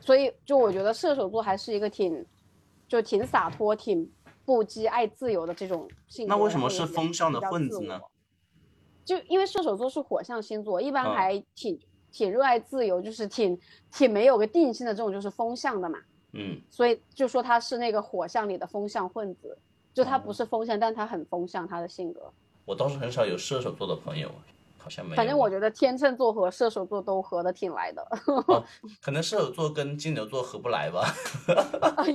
Speaker 2: 所以就我觉得射手座还是一个挺就挺洒脱、挺不羁、爱自由的这种性格。
Speaker 1: 那为什
Speaker 2: 然
Speaker 1: 么
Speaker 2: 后也
Speaker 1: 是
Speaker 2: 比较
Speaker 1: 风象的
Speaker 2: 比较
Speaker 1: 混
Speaker 2: 自
Speaker 1: 子呢
Speaker 2: 我？就因为射手座是火象星座，一般
Speaker 1: 嗯
Speaker 2: 还挺、挺热爱自由，就是挺挺没有个定性的这种，就是风象的嘛。
Speaker 1: 嗯，
Speaker 2: 所以就说他是那个火象里的风象混子，就他不
Speaker 1: 哦
Speaker 2: 是风象，但他很风象，他的性格。
Speaker 1: 我倒是很少有射手座的朋友，好像没有。
Speaker 2: 反正我觉得天秤座和射手座都合得挺来 的，
Speaker 1: 可能射手座跟金牛座合不来吧。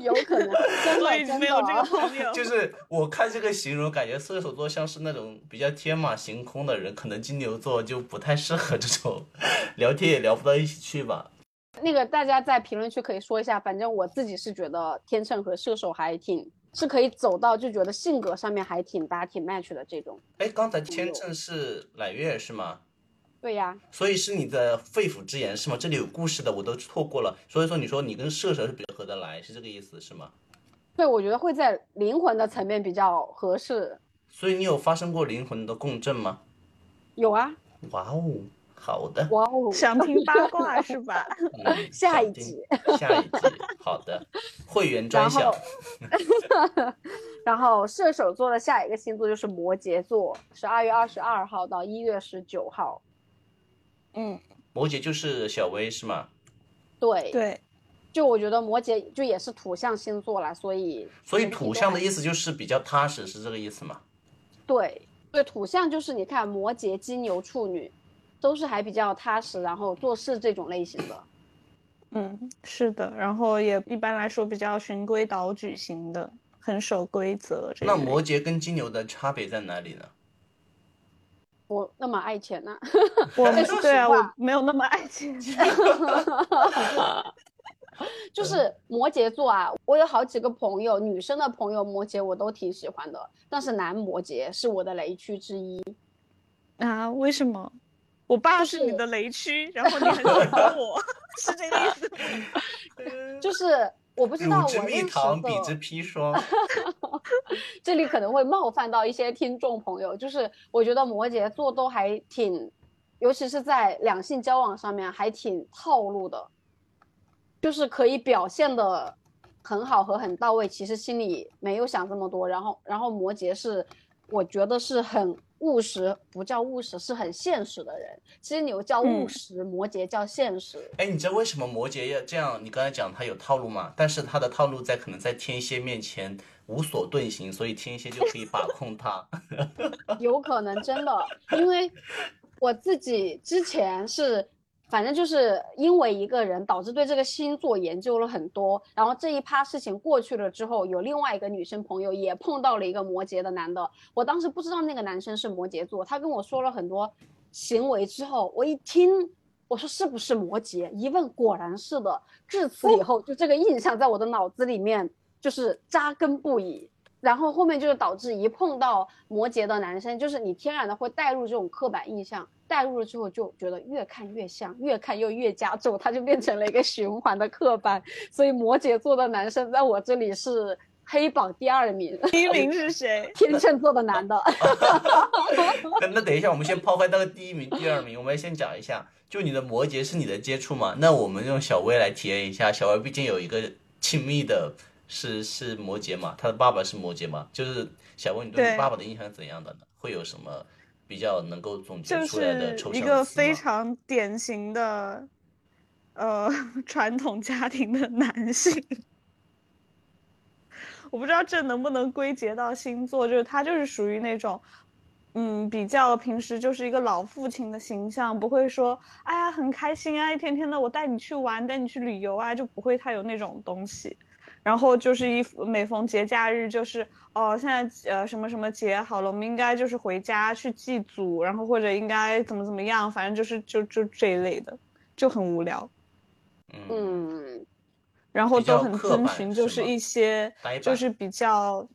Speaker 2: 有可 能真
Speaker 3: 所以
Speaker 2: 的真的
Speaker 3: 没有这个
Speaker 2: 啊。
Speaker 3: 朋 友，
Speaker 1: 就是我看这个形容，感觉射手座像是那种比较天马行空的人，可能金牛座就不太适合这种， 聊天也聊不到一起去吧。
Speaker 2: 那个大家在评论区可以说一下，反正我自己是觉得天秤和射手还挺是可以走到，就觉得性格上面还挺搭、挺 match 的这种。
Speaker 1: 哎，刚才天秤是揽月是吗？
Speaker 2: 对呀、
Speaker 1: 所以是你的肺腑之言是吗？这里有故事的我都错过了，所以说你说你跟射手是比较合得来，是这个意思是吗？
Speaker 2: 对，我觉得会在灵魂的层面比较合适。
Speaker 1: 所以你有发生过灵魂的共振吗？
Speaker 2: 有啊，
Speaker 1: 哇哦，好的，
Speaker 2: 哇哦，
Speaker 3: 想听八卦是吧？
Speaker 1: 嗯
Speaker 2: 下
Speaker 1: 想
Speaker 2: 一
Speaker 1: 听
Speaker 2: 集
Speaker 1: 下一集，好的，会员专
Speaker 2: 然后
Speaker 1: 享，
Speaker 2: 然后射手座的下一个星座就是摩羯座，十二月二十二号到一月十九号。
Speaker 3: 嗯，
Speaker 1: 摩羯就是小薇是吗？
Speaker 2: 对，
Speaker 3: 对，
Speaker 2: 就我觉得摩羯就也是土象星座啦，所以
Speaker 1: 所以土象的意思就是比较踏实，是这个意思吗？
Speaker 2: 对对，土象就是你看摩羯、金牛、处女，都是还比较踏实，然后做事这种类型的。
Speaker 3: 嗯，是的，然后也一般来说比较循规蹈矩型的，很守规则这一类。
Speaker 1: 那摩羯跟金牛的差别在哪里呢？
Speaker 2: 我那么爱钱呢、
Speaker 3: 我
Speaker 2: 哎
Speaker 3: 们
Speaker 2: 说
Speaker 3: 对
Speaker 2: 实
Speaker 3: 啊，
Speaker 2: 话
Speaker 3: 我没有那么爱钱。
Speaker 1: 嗯
Speaker 2: 就是摩羯座啊，我有好几个朋友，女生的朋友摩羯我都挺喜欢的，但是男摩羯是我的雷区之一。
Speaker 3: 啊？为什么？我爸是你的雷区，然后你很喜欢我，是这个意思吗？
Speaker 2: 就是我不知
Speaker 1: 嗯
Speaker 2: 道
Speaker 1: 乳之
Speaker 2: 我
Speaker 1: 哎蜜
Speaker 2: 认识
Speaker 1: 糖，彼之
Speaker 2: 的，
Speaker 1: 砒霜。
Speaker 2: 这里可能会冒犯到一些听众朋友，就是我觉得摩羯座都还挺，尤其是在两性交往上面还挺套路的，就是可以表现的很好和很到位，其实心里没有想这么多。然后，然后摩羯是，我觉得是很务实，不叫务实，是很现实的人。金牛叫务
Speaker 3: 嗯
Speaker 2: 实，摩羯叫现实。
Speaker 1: 哎，你知道为什么摩羯要这样？你刚才讲他有套路嘛，但是他的套路在可能在天蝎面前无所遁形，所以天蝎就可以把控他。
Speaker 2: 有可能真的，因为我自己之前是，反正就是因为一个人导致对这个星座研究了很多，然后这一趴事情过去了之后，有另外一个女生朋友也碰到了一个摩羯的男的，我当时不知道那个男生是摩羯座，他跟我说了很多行为之后，我一听。我说是不是摩羯？一问果然是的。至此以后，就这个印象在我的脑子里面就是扎根不已。然后后面就是导致一碰到摩羯的男生，就是你天然的会带入这种刻板印象，带入了之后就觉得越看越像，越看又越加重，它就变成了一个循环的刻板。所以摩羯座的男生在我这里是黑榜第二名，
Speaker 3: 第一名是谁？
Speaker 2: 天秤座的男 的。
Speaker 1: 那那等一下，我们先抛开那个第一名、第二名，我们先讲一下，就你的摩羯是你的接触嘛？那我们用小薇来体验一下，小薇毕竟有一个亲密的是是摩羯嘛，她的爸爸是摩羯嘛，就是小薇，你对
Speaker 3: 对
Speaker 1: 你爸爸的印象是怎样的呢？会有什么比较能够总结
Speaker 3: 就
Speaker 1: 出来的
Speaker 3: 是
Speaker 1: 抽
Speaker 3: 一
Speaker 1: 象
Speaker 3: 个
Speaker 1: 的词吗
Speaker 3: 非常典型的，呃， 传统家庭的男性。我不知道这能不能归结到星座，就是他就是属于那种，嗯，比较平时就是一个老父亲的形象，不会说，哎呀，很开心啊，一天天的我带你去玩，带你去旅游啊，就不会太有那种东西。然后就是一每逢节假日，就是哦，现在呃什么什么节好了，我们应该就是回家去祭祖，然后或者应该怎么怎么样，反正就是就就这一类的，就很无聊。
Speaker 1: 嗯，
Speaker 2: 嗯，
Speaker 3: 然后
Speaker 1: 比
Speaker 3: 都
Speaker 1: 较
Speaker 3: 很
Speaker 1: 刻
Speaker 3: 遵
Speaker 1: 板
Speaker 3: 循，
Speaker 1: 是
Speaker 3: 就是
Speaker 1: 吗
Speaker 3: 一些
Speaker 1: 呆
Speaker 3: 就
Speaker 1: 板
Speaker 3: 是比较，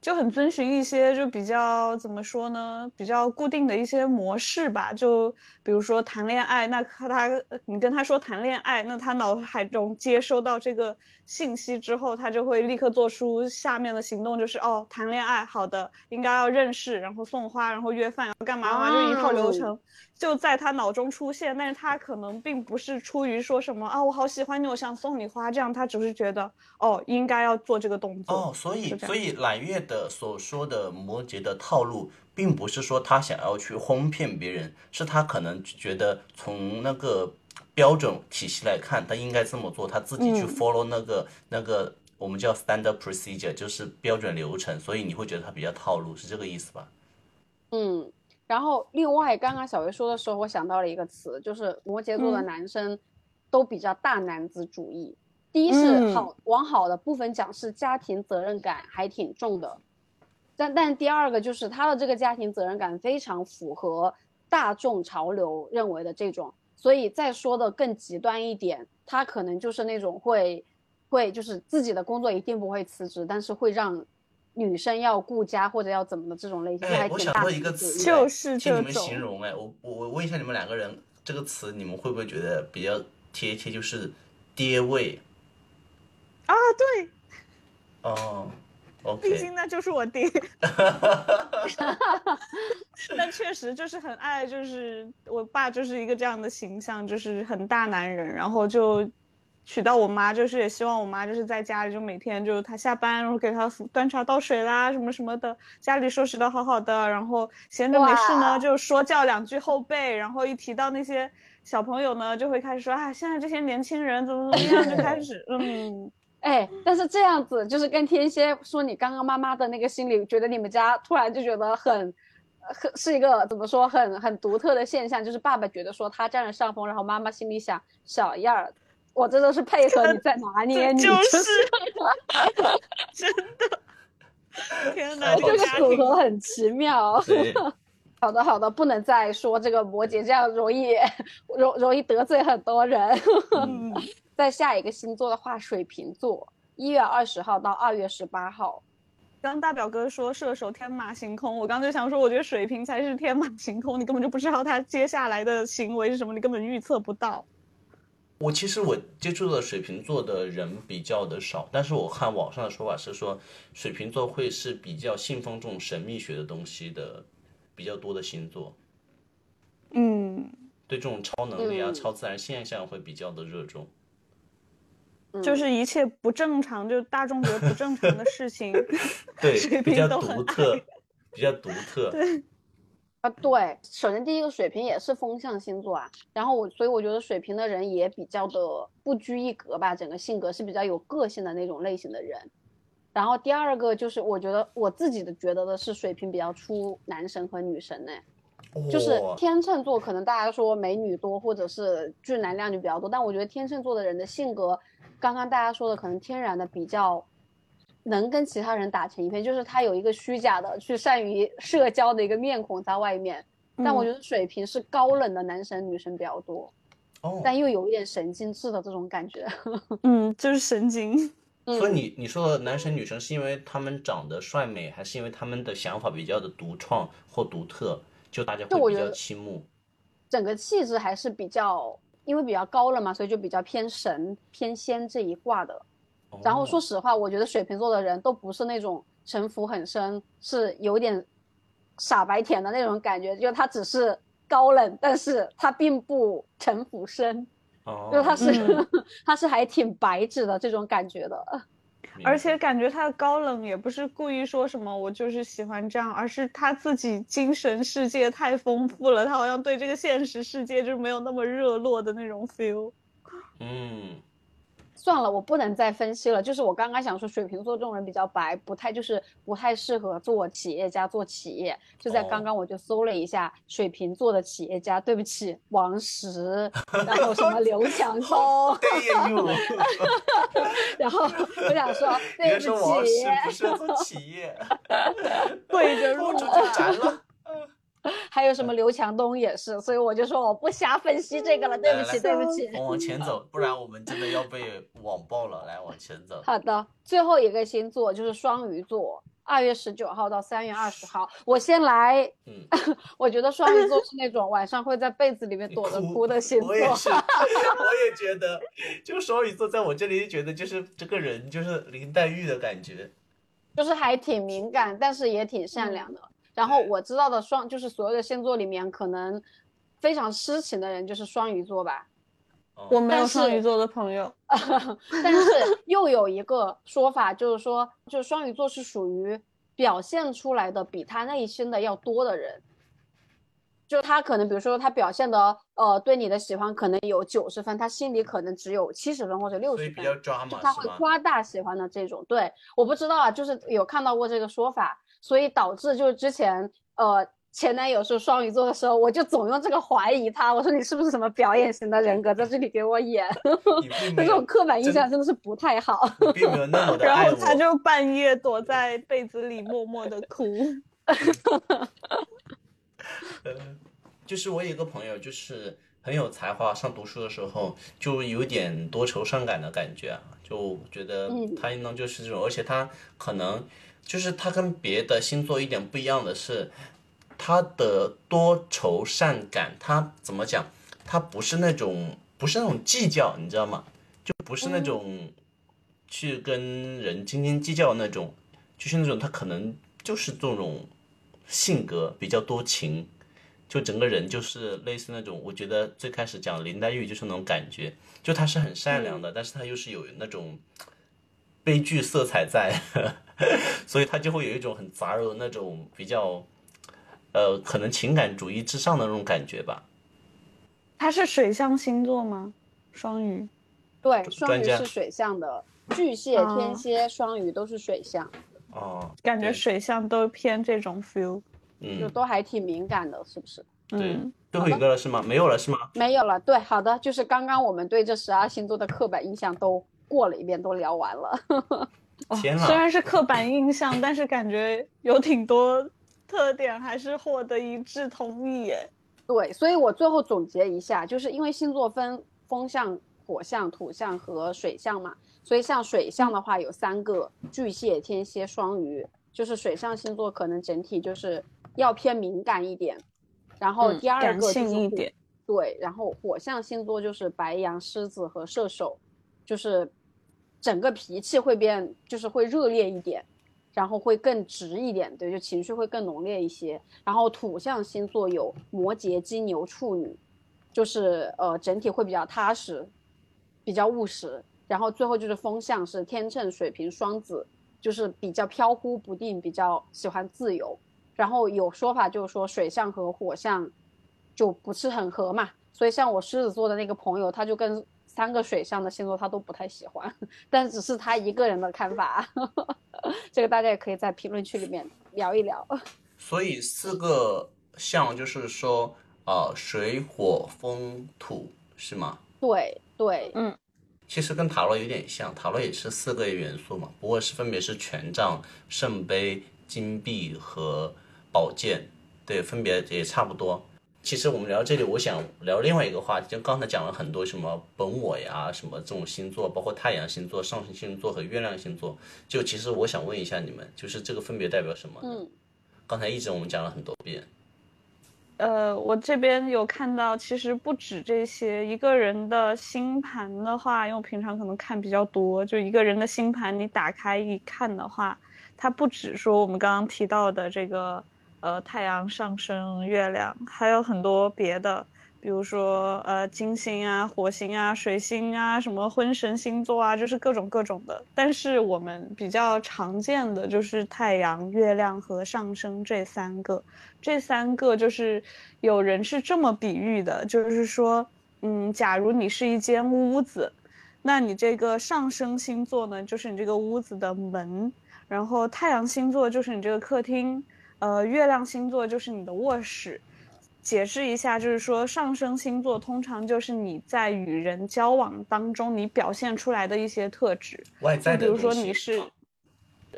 Speaker 3: 就很遵循一些就比较怎么说呢，比较固定的一些模式吧。就比如说谈恋爱，那他他你跟他说谈恋爱，那他脑海中接收到这个信息之后，他就会立刻做出下面的行动，就是哦，谈恋爱，好的，应该要认识，然后送花，然后约饭，然后干嘛干嘛，就一套流
Speaker 2: 哦
Speaker 3: 程。就在他脑中出现，但是他可能并不是出于说什么啊，我好喜欢你，我想送你花，这样他只是觉得哦，应该要做这个动作。
Speaker 1: 哦，所以
Speaker 3: 就这样
Speaker 1: 所以揽月的所说的摩羯的套路，并不是说他想要去哄骗别人，是他可能觉得从那个标准体系来看，他应该这么做，他自己去
Speaker 3: 嗯
Speaker 1: follow 那个、那个我们叫 standard procedure，就是标准流程，所以你会觉得他比较套路，是这个意思吧？
Speaker 2: 嗯，然后另外刚刚小薇说的时候，我想到了一个词，就是摩羯座的
Speaker 3: 嗯
Speaker 2: 男生都比较大男子主义。第一是
Speaker 3: 嗯
Speaker 2: 好，往好的部分讲是家庭责任感还挺重的，但但第二个就是他的这个家庭责任感非常符合大众潮流认为的这种，所以再说的更极端一点，他可能就是那种会会就是自己的工作一定不会辞职，但是会让女生要顾家或者要怎么的这种类型，他
Speaker 1: 哎
Speaker 2: 还
Speaker 1: 我
Speaker 2: 挺
Speaker 1: 想
Speaker 2: 大
Speaker 1: 到
Speaker 2: 男
Speaker 1: 一个
Speaker 2: 子主义
Speaker 1: 词
Speaker 2: 的
Speaker 1: 哎
Speaker 3: 就
Speaker 1: 听你
Speaker 3: 是这
Speaker 1: 们
Speaker 3: 种
Speaker 1: 形，容，哎，我我我问一下你们两个人这个词，你们会不会觉得比较贴切？就是爹味
Speaker 3: 啊，对，
Speaker 1: 哦，OK，
Speaker 3: 毕竟那就是我爹。 但确实就是很爱，就是我爸就是一个这样的形象，就是很大男人，然后就娶到我妈，就是也希望我妈就是在家里就每天就是她下班，然后给她端茶倒水啦什么什么的，家里收拾的好好的，然后闲着没事
Speaker 2: 哇
Speaker 3: 呢就说教两句后辈，然后一提到那些小朋友呢就会开始说啊，现在这些年轻人怎么怎么样，就开始嗯，
Speaker 2: 哎，但是这样子就是跟天蝎说你刚刚妈妈的那个心理，觉得你们家突然就觉得很。很是一个怎么说很很独特的现象，就是爸爸觉得说他占了上风，然后妈妈心里想小样儿， 我这都是配合你在拿捏你，
Speaker 3: 就
Speaker 2: 就是
Speaker 3: 真 的，天哪，
Speaker 1: 好
Speaker 2: 这
Speaker 3: 个
Speaker 2: 个
Speaker 3: 家
Speaker 2: 组
Speaker 3: 庭
Speaker 2: 合很奇妙。
Speaker 1: 对，
Speaker 2: 好的好的，不能再说这个摩羯这样容易 容容易得罪很多人。
Speaker 1: 嗯
Speaker 3: 嗯，
Speaker 2: 再下一个星座的话，水瓶座，一月二十号到二月十八号。
Speaker 3: 刚大表哥说射手天马行空，我刚就想说，我觉得水瓶才是天马行空，你根本就不知道他接下来的行为是什么，你根本预测不到。
Speaker 1: 我其实我接触的水瓶座的人比较的少，但是我看网上的说法是说，水瓶座会是比较信奉这种神秘学的东西的比较多的星座，
Speaker 3: 嗯，
Speaker 1: 对这种超能力啊、
Speaker 2: 嗯
Speaker 1: 超自然现象会比较的热 衷。
Speaker 2: 嗯
Speaker 3: 就是一切不正常，就大众觉得不正常的 事情，
Speaker 1: 对，
Speaker 3: 水
Speaker 1: 比
Speaker 3: 瓶
Speaker 1: 较
Speaker 3: 都很
Speaker 1: 独特，比较独 特。
Speaker 2: 啊，对，首先第一个水瓶也是风象星座啊，然后我所以我觉得水瓶的人也比较的不拘一格吧，整个性格是比较有个性的那种类型的人。然后第二个就是我觉得我自己的觉得的是水瓶比较出男神和女神呢、就是
Speaker 1: 哇
Speaker 2: 天秤座，可能大家说美女多，或者是俊男靓女比较多，但我觉得天秤座的人的性格，刚刚大家说的可能天然的比较能跟其他人打成一片，就是他有一个虚假的去善于社交的一个面孔在外面。但我觉
Speaker 3: 得
Speaker 2: 得水瓶是高冷的男神女神比较多，
Speaker 1: 哦，
Speaker 2: 但又有一点神经质的这种感觉。
Speaker 3: 嗯，就是神经，
Speaker 1: 所以
Speaker 2: 嗯，
Speaker 1: 你你说的男神女神是因为他们长得帅美，还是因为他们的想法比较的独创或独特，就大家
Speaker 2: 就我
Speaker 1: 会比
Speaker 2: 觉
Speaker 1: 较
Speaker 2: 得
Speaker 1: 倾慕？
Speaker 2: 整个气质还是比较，因为比较高冷嘛，所以就比较偏神偏仙这一挂的。然后
Speaker 1: 哦
Speaker 2: 说实话，我觉得水瓶座的人都不是那种城府很深，是有点傻白甜的那种感觉，就他只是高冷，但是他并不城府深，
Speaker 1: 哦，
Speaker 2: 就他是、
Speaker 3: 嗯
Speaker 2: 他是还挺白纸的这种感觉的。
Speaker 1: 明白
Speaker 3: 而且感觉他的高冷也不是故意说什么我就是喜欢这样，而是他自己精神世界太丰富了，他好像对这个现实世界就没有那么热络的那种 feel。
Speaker 1: 嗯，
Speaker 2: 算了，我不能再分析了。就是我刚刚想说，水瓶座这种人比较白，不太就是不太适合做企业家做企业。就在
Speaker 1: 哦
Speaker 2: 刚刚我就搜了一下水瓶座的企业家，对不起，王 石，然后什么刘强东，
Speaker 1: 对呀， 哟，
Speaker 2: 然后我想 说
Speaker 1: 你
Speaker 2: 对
Speaker 1: 还
Speaker 2: 不起，
Speaker 1: 说王石不适合做企业，
Speaker 3: 跪着
Speaker 1: 我
Speaker 3: 入
Speaker 1: 主就
Speaker 3: 账，
Speaker 1: 斩了。
Speaker 2: 还有什么刘强东也是，所以我就说我不瞎分析这个了，对不起，
Speaker 1: 来
Speaker 2: 对
Speaker 1: 来
Speaker 2: 不起。
Speaker 1: 我往前走，不然我们真的要被网暴了。来，往前走。
Speaker 2: 好的，最后一个星座就是双鱼座，二月十九号到三月二十号。我先来，
Speaker 1: 嗯，
Speaker 2: 我觉得双鱼座是那种晚上会在被子里面
Speaker 1: 你
Speaker 2: 躲着
Speaker 1: 哭
Speaker 2: 哭的星座
Speaker 1: 我。也是， 我也觉得，就双鱼座在我这里就觉得就是这个人就是林黛玉的感觉。
Speaker 2: 就是还挺敏感，但是也挺善
Speaker 1: 嗯
Speaker 2: 良的。然后我知道的双就是所有的星座里面，可能非常痴情的人就是双鱼座吧。
Speaker 1: 哦
Speaker 3: 我没有
Speaker 2: 但是
Speaker 3: 双鱼座的朋友。
Speaker 2: 但是又有一个说法，就是说，就是双鱼座是属于表现出来的比他内心的要多的人。就他可能，比如说他表现的，呃，对你的喜欢可能有九十分，他心里可能只有七十分或者六
Speaker 1: 所
Speaker 2: 十
Speaker 1: 以比
Speaker 2: 分。
Speaker 1: 较
Speaker 2: 就
Speaker 1: drama
Speaker 2: 他
Speaker 1: 是
Speaker 2: 会
Speaker 1: 吧？
Speaker 2: 夸大喜欢的这种。对，我不知道啊，就是有看到过这个说法，所以导致就是之前呃前男友是双鱼座的时候，我就总用这个怀疑他，我说你是不是什么表演型的人格在这里给我演？
Speaker 1: 你并 没
Speaker 2: 这种
Speaker 1: 有，
Speaker 2: 刻板印
Speaker 1: 真
Speaker 2: 象真的是不太好。
Speaker 1: 你并没有那么的
Speaker 3: 然
Speaker 1: 爱
Speaker 3: 后
Speaker 1: 我。
Speaker 3: 他就半夜躲在被子里默默的 哭。
Speaker 1: 就是我有一个朋友，就是很有才华，上读书的时候就有点多愁善感的感觉啊，就觉得
Speaker 2: 嗯
Speaker 1: 他应当就是这种，而且他可能就是他跟别的星座一点不一样的是，他的多愁善感，他怎么讲？他不是那种不是那种计较，你知道吗？就不是那种去跟人斤斤计较那种，就是那种他可能就是这种性格比较多情。就整个人就是类似那种，我觉得最开始讲林黛玉就是那种感觉，就她是很善良的，但是她又是有那种悲剧色彩在， 所以她就会有一种很杂糅的那种比较，呃，可能情感主义至上的那种感觉吧。
Speaker 3: 它是水象星座吗？双鱼。
Speaker 2: 对，
Speaker 1: 专
Speaker 2: 双鱼
Speaker 1: 家
Speaker 2: 是水象的，巨蟹、
Speaker 3: 哦
Speaker 2: 天蝎、双鱼都是水象，
Speaker 1: 哦，
Speaker 3: 感觉
Speaker 1: 对，
Speaker 3: 水象都偏这种 feel。
Speaker 2: 就
Speaker 1: 嗯，
Speaker 2: 都还挺敏感的，是不是？
Speaker 1: 对
Speaker 3: 嗯，
Speaker 1: 最后一个了是吗？没有了是吗？
Speaker 2: 没有了，对，好的，就是刚刚我们对这十二星座的刻板印象都过了一遍，都聊完了。
Speaker 3: 哦
Speaker 1: 天
Speaker 3: 虽
Speaker 1: 呐，
Speaker 3: 然是刻板印象，但是感觉有挺多特点还是获得一致同意耶。
Speaker 2: 对，所以我最后总结一下，就是因为星座分风象、火象、土象和水象嘛，所以像水象的话有三个：巨蟹、天蝎、双鱼，就是水象星座可能整体就是要偏敏感一点。然后
Speaker 3: 嗯
Speaker 2: 哦第二
Speaker 3: 感
Speaker 2: 个就是
Speaker 3: 性一
Speaker 2: 火
Speaker 3: 点，
Speaker 2: 对，然后火象星座就是白羊、狮子和射手，就是整个脾气会变，就是会热烈一点，然后会更直一点，对，就情绪会更浓烈一些。然后土象星座有摩羯、金牛、处女，就是呃整体会比较踏实，比较务实。然后最后就是风象是天秤、水瓶、双子，就是比较飘忽不定，比较喜欢自由。然后有说法就是说水象和火象就不是很合嘛，所以像我狮子座的那个朋友，他就跟三个水象的星座他都不太喜欢， 但只是他一个人的看法， 这个大家也可以在评论区里面聊一聊。
Speaker 1: 所以四个象就是说，呃，水、火、风、土是吗？
Speaker 2: 对对，
Speaker 1: 其实跟塔罗有点像，塔罗也是四个元素嘛，不过是分别是权杖、圣杯、金币和宝剑，对，分别也差不多。其实我们聊这里，我想聊另外一个话题，就刚才讲了很多什么本我呀，什么这种星座，包括太阳星座、上升星座和月亮星座。就其实我想问一下你们，就是这个分别代表什么？
Speaker 2: 嗯，
Speaker 1: 刚才一直我们讲了很多遍，
Speaker 3: 呃，我这边有看到，其实不止这些。一个人的星盘的话，因为我平常可能看比较多，就一个人的星盘，你打开一看的话，它不只说我们刚刚提到的这个，呃，太阳上升、月亮，还有很多别的，比如说呃，金星啊、火星啊、水星啊，什么婚神星座啊，就是各种各种的。但是我们比较常见的就是太阳、月亮和上升这三个。这三个就是有人是这么比喻的，就是说，嗯，假如你是一间屋子，那你这个上升星座呢，就是你这个屋子的门，然后太阳星座就是你这个客厅，呃，月亮星座就是你的卧室。解释一下，就是说上升星座通常就是你在与人交往当中你表现出来的一些特质，
Speaker 1: 外在
Speaker 3: 就比
Speaker 1: 的
Speaker 3: 如
Speaker 1: 东西。
Speaker 3: 说你是，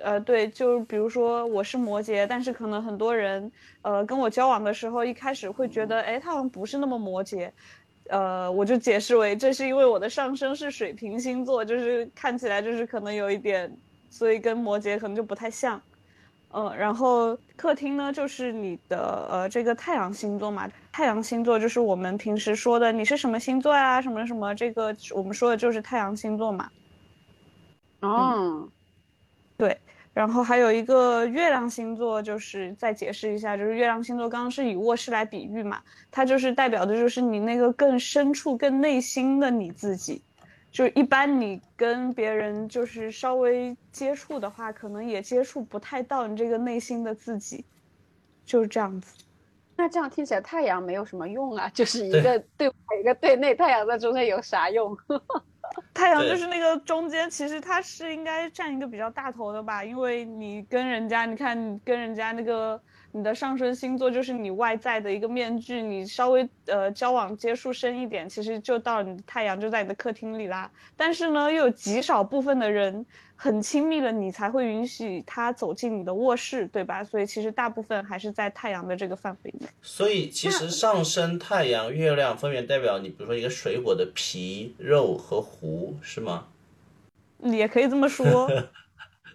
Speaker 3: 呃，对，就是比如说我是摩羯，但是可能很多人，呃，跟我交往的时候，一开始会觉得，哎，他好像不是那么摩羯，呃，我就解释为这是因为我的上升是水瓶星座，就是看起来就是可能有一点，所以跟摩羯可能就不太像。嗯，然后客厅呢，就是你的呃这个太阳星座嘛，太阳星座就是我们平时说的你是什么星座呀、什么什么，这个我们说的就是太阳星座嘛。
Speaker 2: 哦，
Speaker 3: 对，然后还有一个月亮星座，就是再解释一下，就是月亮星座刚刚是以卧室来比喻嘛，它就是代表的就是你那个更深处、更内心的你自己。就是一般你跟别人就是稍微接触的话，可能也接触不太到你这个内心的自己，就是这样子。
Speaker 2: 那这样听起来太阳没有什么用啊，就是一
Speaker 1: 对
Speaker 2: 个对外一个对内，太阳在中间有啥用？
Speaker 3: 太阳就
Speaker 1: 对
Speaker 3: 是那个中间，其实它是应该占一个比较大头的吧，因为你跟人家，你看你跟人家那个你的上升星座就是你外在的一个面具，你稍微呃交往接触深一点，其实就到你的太阳就在你的客厅里啦。但是呢，又有极少部分的人很亲密了，你才会允许他走进你的卧室，对吧？所以其实大部分还是在太阳的这个范围内。
Speaker 1: 所以其实上升太阳、月亮分别代表你，比如说一个水果的皮、肉和核，是吗？
Speaker 3: 也可以这么说，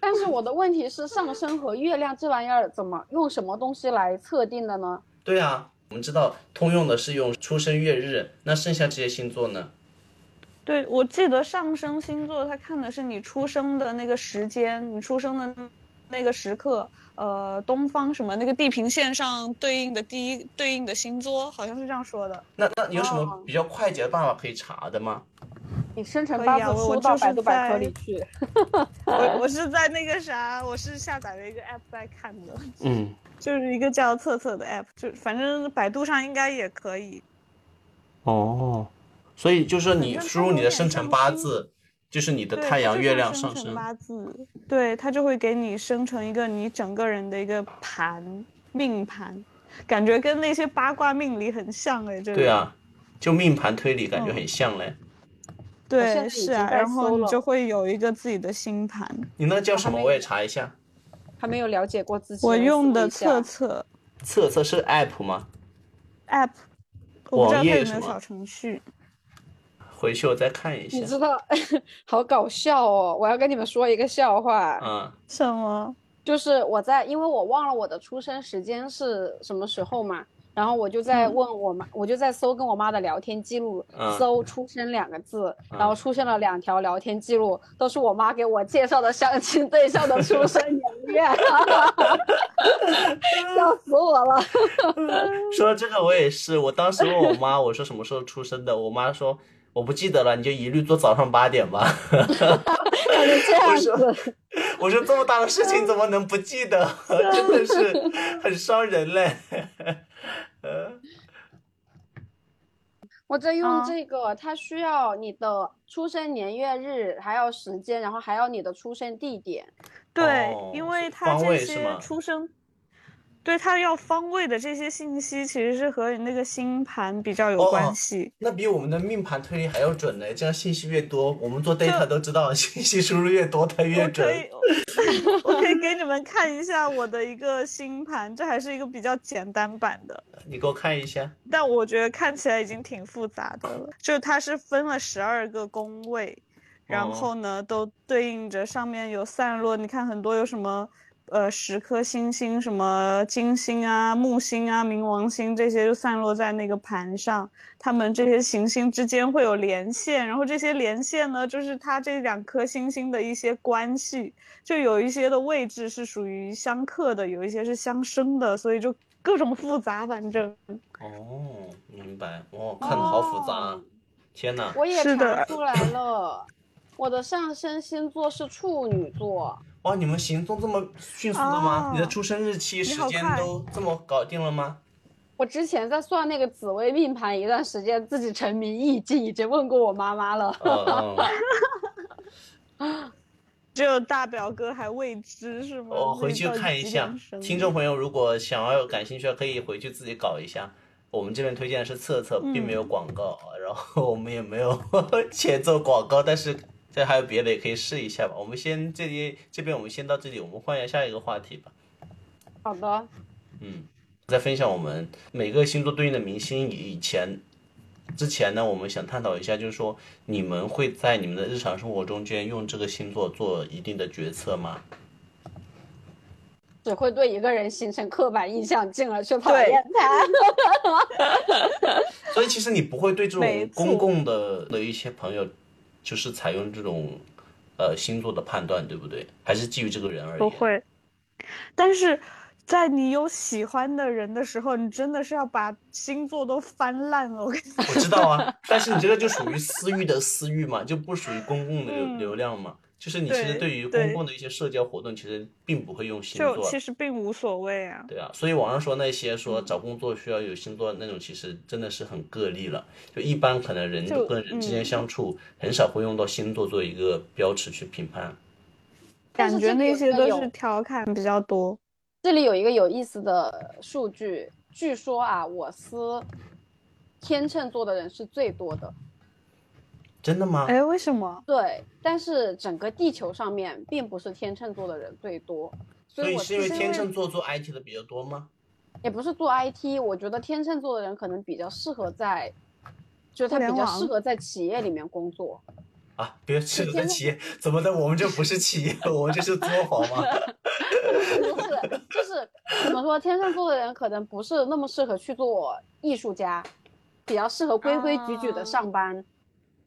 Speaker 2: 但是我的问题是，上升和月亮这玩意儿怎么用什么东西来测定的呢？
Speaker 1: 对啊，我们知道通用的是用出生月日，那剩下这些星座呢？
Speaker 3: 对，我记得上升星座，它看的是你出生的那个时间，你出生的那个时刻，呃，东方什么那个地平线上对应的第一对应的星座，好像是这样说 的。
Speaker 1: 那那有什么
Speaker 2: 哦
Speaker 1: 比较快捷的办法可以查的吗？
Speaker 2: 你生辰
Speaker 3: 可以
Speaker 2: 八
Speaker 3: 啊
Speaker 2: 字
Speaker 3: 我
Speaker 2: 输
Speaker 3: 我
Speaker 2: 到
Speaker 3: 就是
Speaker 2: 百度百科
Speaker 3: 在
Speaker 2: 里去。
Speaker 3: 我我是在那个啥，我是下载了一个 app 在看的，
Speaker 1: 嗯，
Speaker 3: 就是一个叫测测的 app，就反正百度上应该也可以。
Speaker 1: 哦，所以就是说你
Speaker 3: 反正
Speaker 1: 输
Speaker 3: 它
Speaker 1: 入
Speaker 3: 有
Speaker 1: 你的
Speaker 3: 点
Speaker 1: 生辰
Speaker 3: 像
Speaker 1: 八
Speaker 3: 星
Speaker 1: 字，就是你的
Speaker 3: 对
Speaker 1: 太
Speaker 3: 它
Speaker 1: 阳、
Speaker 3: 就
Speaker 1: 月
Speaker 3: 像
Speaker 1: 亮
Speaker 3: 生
Speaker 1: 上
Speaker 3: 辰
Speaker 1: 升。
Speaker 3: 八字，对，它就会给你生成一个你整个人的一个盘命盘，感觉跟那些八卦命理很像哎，这
Speaker 1: 对
Speaker 3: 个，
Speaker 1: 啊，就命盘推理感觉
Speaker 3: 嗯
Speaker 1: 很像嘞。
Speaker 2: 我现在
Speaker 3: 对，
Speaker 2: 已
Speaker 3: 是
Speaker 2: 经
Speaker 3: 啊，
Speaker 2: 在
Speaker 3: 然后
Speaker 2: 搜
Speaker 3: 你
Speaker 2: 了
Speaker 3: 就会有一个自己的星盘。
Speaker 1: 你那个叫
Speaker 2: 我
Speaker 1: 什
Speaker 2: 还
Speaker 3: 哦
Speaker 1: 么？
Speaker 2: 没
Speaker 1: 我也查一下。
Speaker 2: 还没有了解过自己。
Speaker 3: 我
Speaker 2: 我
Speaker 3: 用的
Speaker 2: 搜了
Speaker 3: 测
Speaker 2: 一下
Speaker 3: 测
Speaker 1: 测测是 app 吗？
Speaker 3: app，我不知
Speaker 1: 网
Speaker 3: 道它
Speaker 1: 页
Speaker 3: 有没
Speaker 1: 是
Speaker 3: 有
Speaker 1: 吗
Speaker 3: 小程序。
Speaker 1: 回去我再看一
Speaker 2: 你
Speaker 1: 下。
Speaker 2: 知道， 好搞笑哦！我要跟你们说一个笑话，
Speaker 1: 嗯，
Speaker 3: 什么？
Speaker 2: 就是我在，因为我忘了我的出生时间是什么时候嘛，然后我就在
Speaker 3: 嗯
Speaker 2: 问我妈，我就在搜跟我妈的聊天记录，
Speaker 1: 嗯
Speaker 2: 搜“出生”两个字，
Speaker 1: 嗯
Speaker 2: 然后出现了两条聊天记录，都是我妈给我介绍的相亲对象的出生年月，啊 笑死我 了。
Speaker 1: 说到这个我也是，我当时问我妈， 我说什么时候出生的，我妈说我不记得了，你就一律做早上八点吧。
Speaker 2: 还能这样
Speaker 1: 我
Speaker 2: 子，
Speaker 1: 我说这么大的事情怎么能不记得？ 真的是很伤人嘞。
Speaker 2: 我在用
Speaker 3: 啊
Speaker 2: 这个，它需要你的出生年月日，还要时间，然后还要你的出生地点。
Speaker 3: 对，
Speaker 1: 哦
Speaker 3: 因
Speaker 1: 是
Speaker 3: 为它
Speaker 1: 方
Speaker 3: 这
Speaker 1: 位是
Speaker 3: 些
Speaker 1: 吗
Speaker 3: 出生，对它要方位的这些信息，其实是和你那个星盘比较有
Speaker 1: 哦
Speaker 3: 关系。
Speaker 1: 那比我们的命盘推理还要准嘞，这样信息越多，我们做 data
Speaker 3: 就
Speaker 1: 都知道，信息输入越多它越
Speaker 3: 我可
Speaker 1: 准
Speaker 3: 以。，我可以给你们看一下我的一个星盘，这还是一个比较简单版的，
Speaker 1: 你给我看一下。
Speaker 3: 但我觉得看起来已经挺复杂的了。就它是分了十二个宫位，然
Speaker 1: 哦
Speaker 3: 后呢，都对应着上面有散落，你看很多有什么。呃，十颗星星，什么金星啊、木星啊、冥王星这些就散落在那个盘上，它们这些行星之间会有连线，然后这些连线呢，就是它这两颗星星的一些关系，就有一些的位置是属于相克的，有一些是相生的，所以就各种复杂，反正。
Speaker 1: 哦，明白。哦，看的好复杂啊！
Speaker 2: 哦
Speaker 1: 天哪！
Speaker 2: 我也查
Speaker 3: 是的
Speaker 2: 出来了，我的上升星座是处女座，
Speaker 1: 哇，你们行动这么迅速的吗？
Speaker 3: 哦
Speaker 1: 你的出生日期、
Speaker 3: 你
Speaker 1: 时
Speaker 3: 好
Speaker 1: 间
Speaker 3: 快
Speaker 1: 都这么搞定了 吗？
Speaker 2: 我之前在算那个紫微命盘一段时间，自己沉迷易经，已经问过我妈妈了。
Speaker 1: 哦
Speaker 3: 只有大表哥还未知是吗？
Speaker 1: 哦，我
Speaker 3: 那
Speaker 1: 回
Speaker 3: 个
Speaker 1: 去
Speaker 3: 到底
Speaker 1: 看一
Speaker 3: 几
Speaker 1: 下
Speaker 3: 点。生
Speaker 1: 听众朋友如果想要感兴趣，可以回去自己搞一下。我们这边推荐的是测测，并没有
Speaker 3: 嗯
Speaker 1: 广告，啊然后我们也没有 钱做广告，但是这还有别的也可以试一下吧。我们先这里这边我们先到这里，我们换一下下一个话题吧。
Speaker 2: 好的，
Speaker 1: 嗯，再分享我们每个星座对应的明星以前之前呢，我们想探讨一下，就是说你们会在你们的日常生活中间用这个星座做一定的决策吗？
Speaker 2: 只会对一个人形成刻板印象，进而去讨
Speaker 3: 对
Speaker 2: 厌他。
Speaker 1: 所以其实你不会对这
Speaker 3: 没
Speaker 1: 种
Speaker 3: 错
Speaker 1: 公共的的一些朋友，就是采用这种呃星座的判断，对不对？还是基于这个人而
Speaker 3: 不
Speaker 1: 言？
Speaker 3: 会，但是在你有喜欢的人的时候，你真的是要把星座都翻烂了。我跟你说，
Speaker 1: 我知道啊， 但是你这个就属于私域的私域嘛，就不属于公共的流、
Speaker 3: 嗯
Speaker 1: 流量嘛。就是你其实
Speaker 3: 对
Speaker 1: 对于
Speaker 3: 对
Speaker 1: 公共的一些社交活动，其实并不会用星
Speaker 3: 就
Speaker 1: 座啊
Speaker 3: 其，实并无所谓啊。
Speaker 1: 对啊。所以网上说那些说找工作需要有星座那种，其实真的是很个例了。就一般可能人
Speaker 3: 就
Speaker 1: 跟人之间
Speaker 3: 嗯
Speaker 1: 相处，很少会用到星座作为一个标尺去评判。
Speaker 2: 但
Speaker 3: 感
Speaker 2: 是
Speaker 3: 觉
Speaker 2: 这里
Speaker 3: 那
Speaker 2: 有
Speaker 3: 些
Speaker 2: 个
Speaker 3: 都
Speaker 2: 有
Speaker 3: 是调侃比较多。
Speaker 2: 这里有一个有意思的数据，据说啊，我司天秤座的人是最多的。
Speaker 1: 真的吗？
Speaker 3: 哎，为什么？
Speaker 2: 对，但是整个地球上面并不是天秤座的人最多，所
Speaker 1: 所以
Speaker 2: 我
Speaker 1: 是因为
Speaker 2: 其实
Speaker 1: 天秤座做 IT 的比较多吗？
Speaker 2: 也不是做 IT，我觉得天秤座的人可能比较适合在，就是他
Speaker 3: 互
Speaker 2: 比
Speaker 3: 联
Speaker 2: 较
Speaker 3: 网
Speaker 2: 适合在企业里面工作。
Speaker 1: 啊，别是
Speaker 2: 天
Speaker 1: 的
Speaker 2: 秤
Speaker 1: 企业怎么的？我们这不是企业，我们这是作坊吗？
Speaker 2: 不是，就是怎么说，天秤座的人可能不是那么适合去做艺术家，比较适合规规矩矩的上班。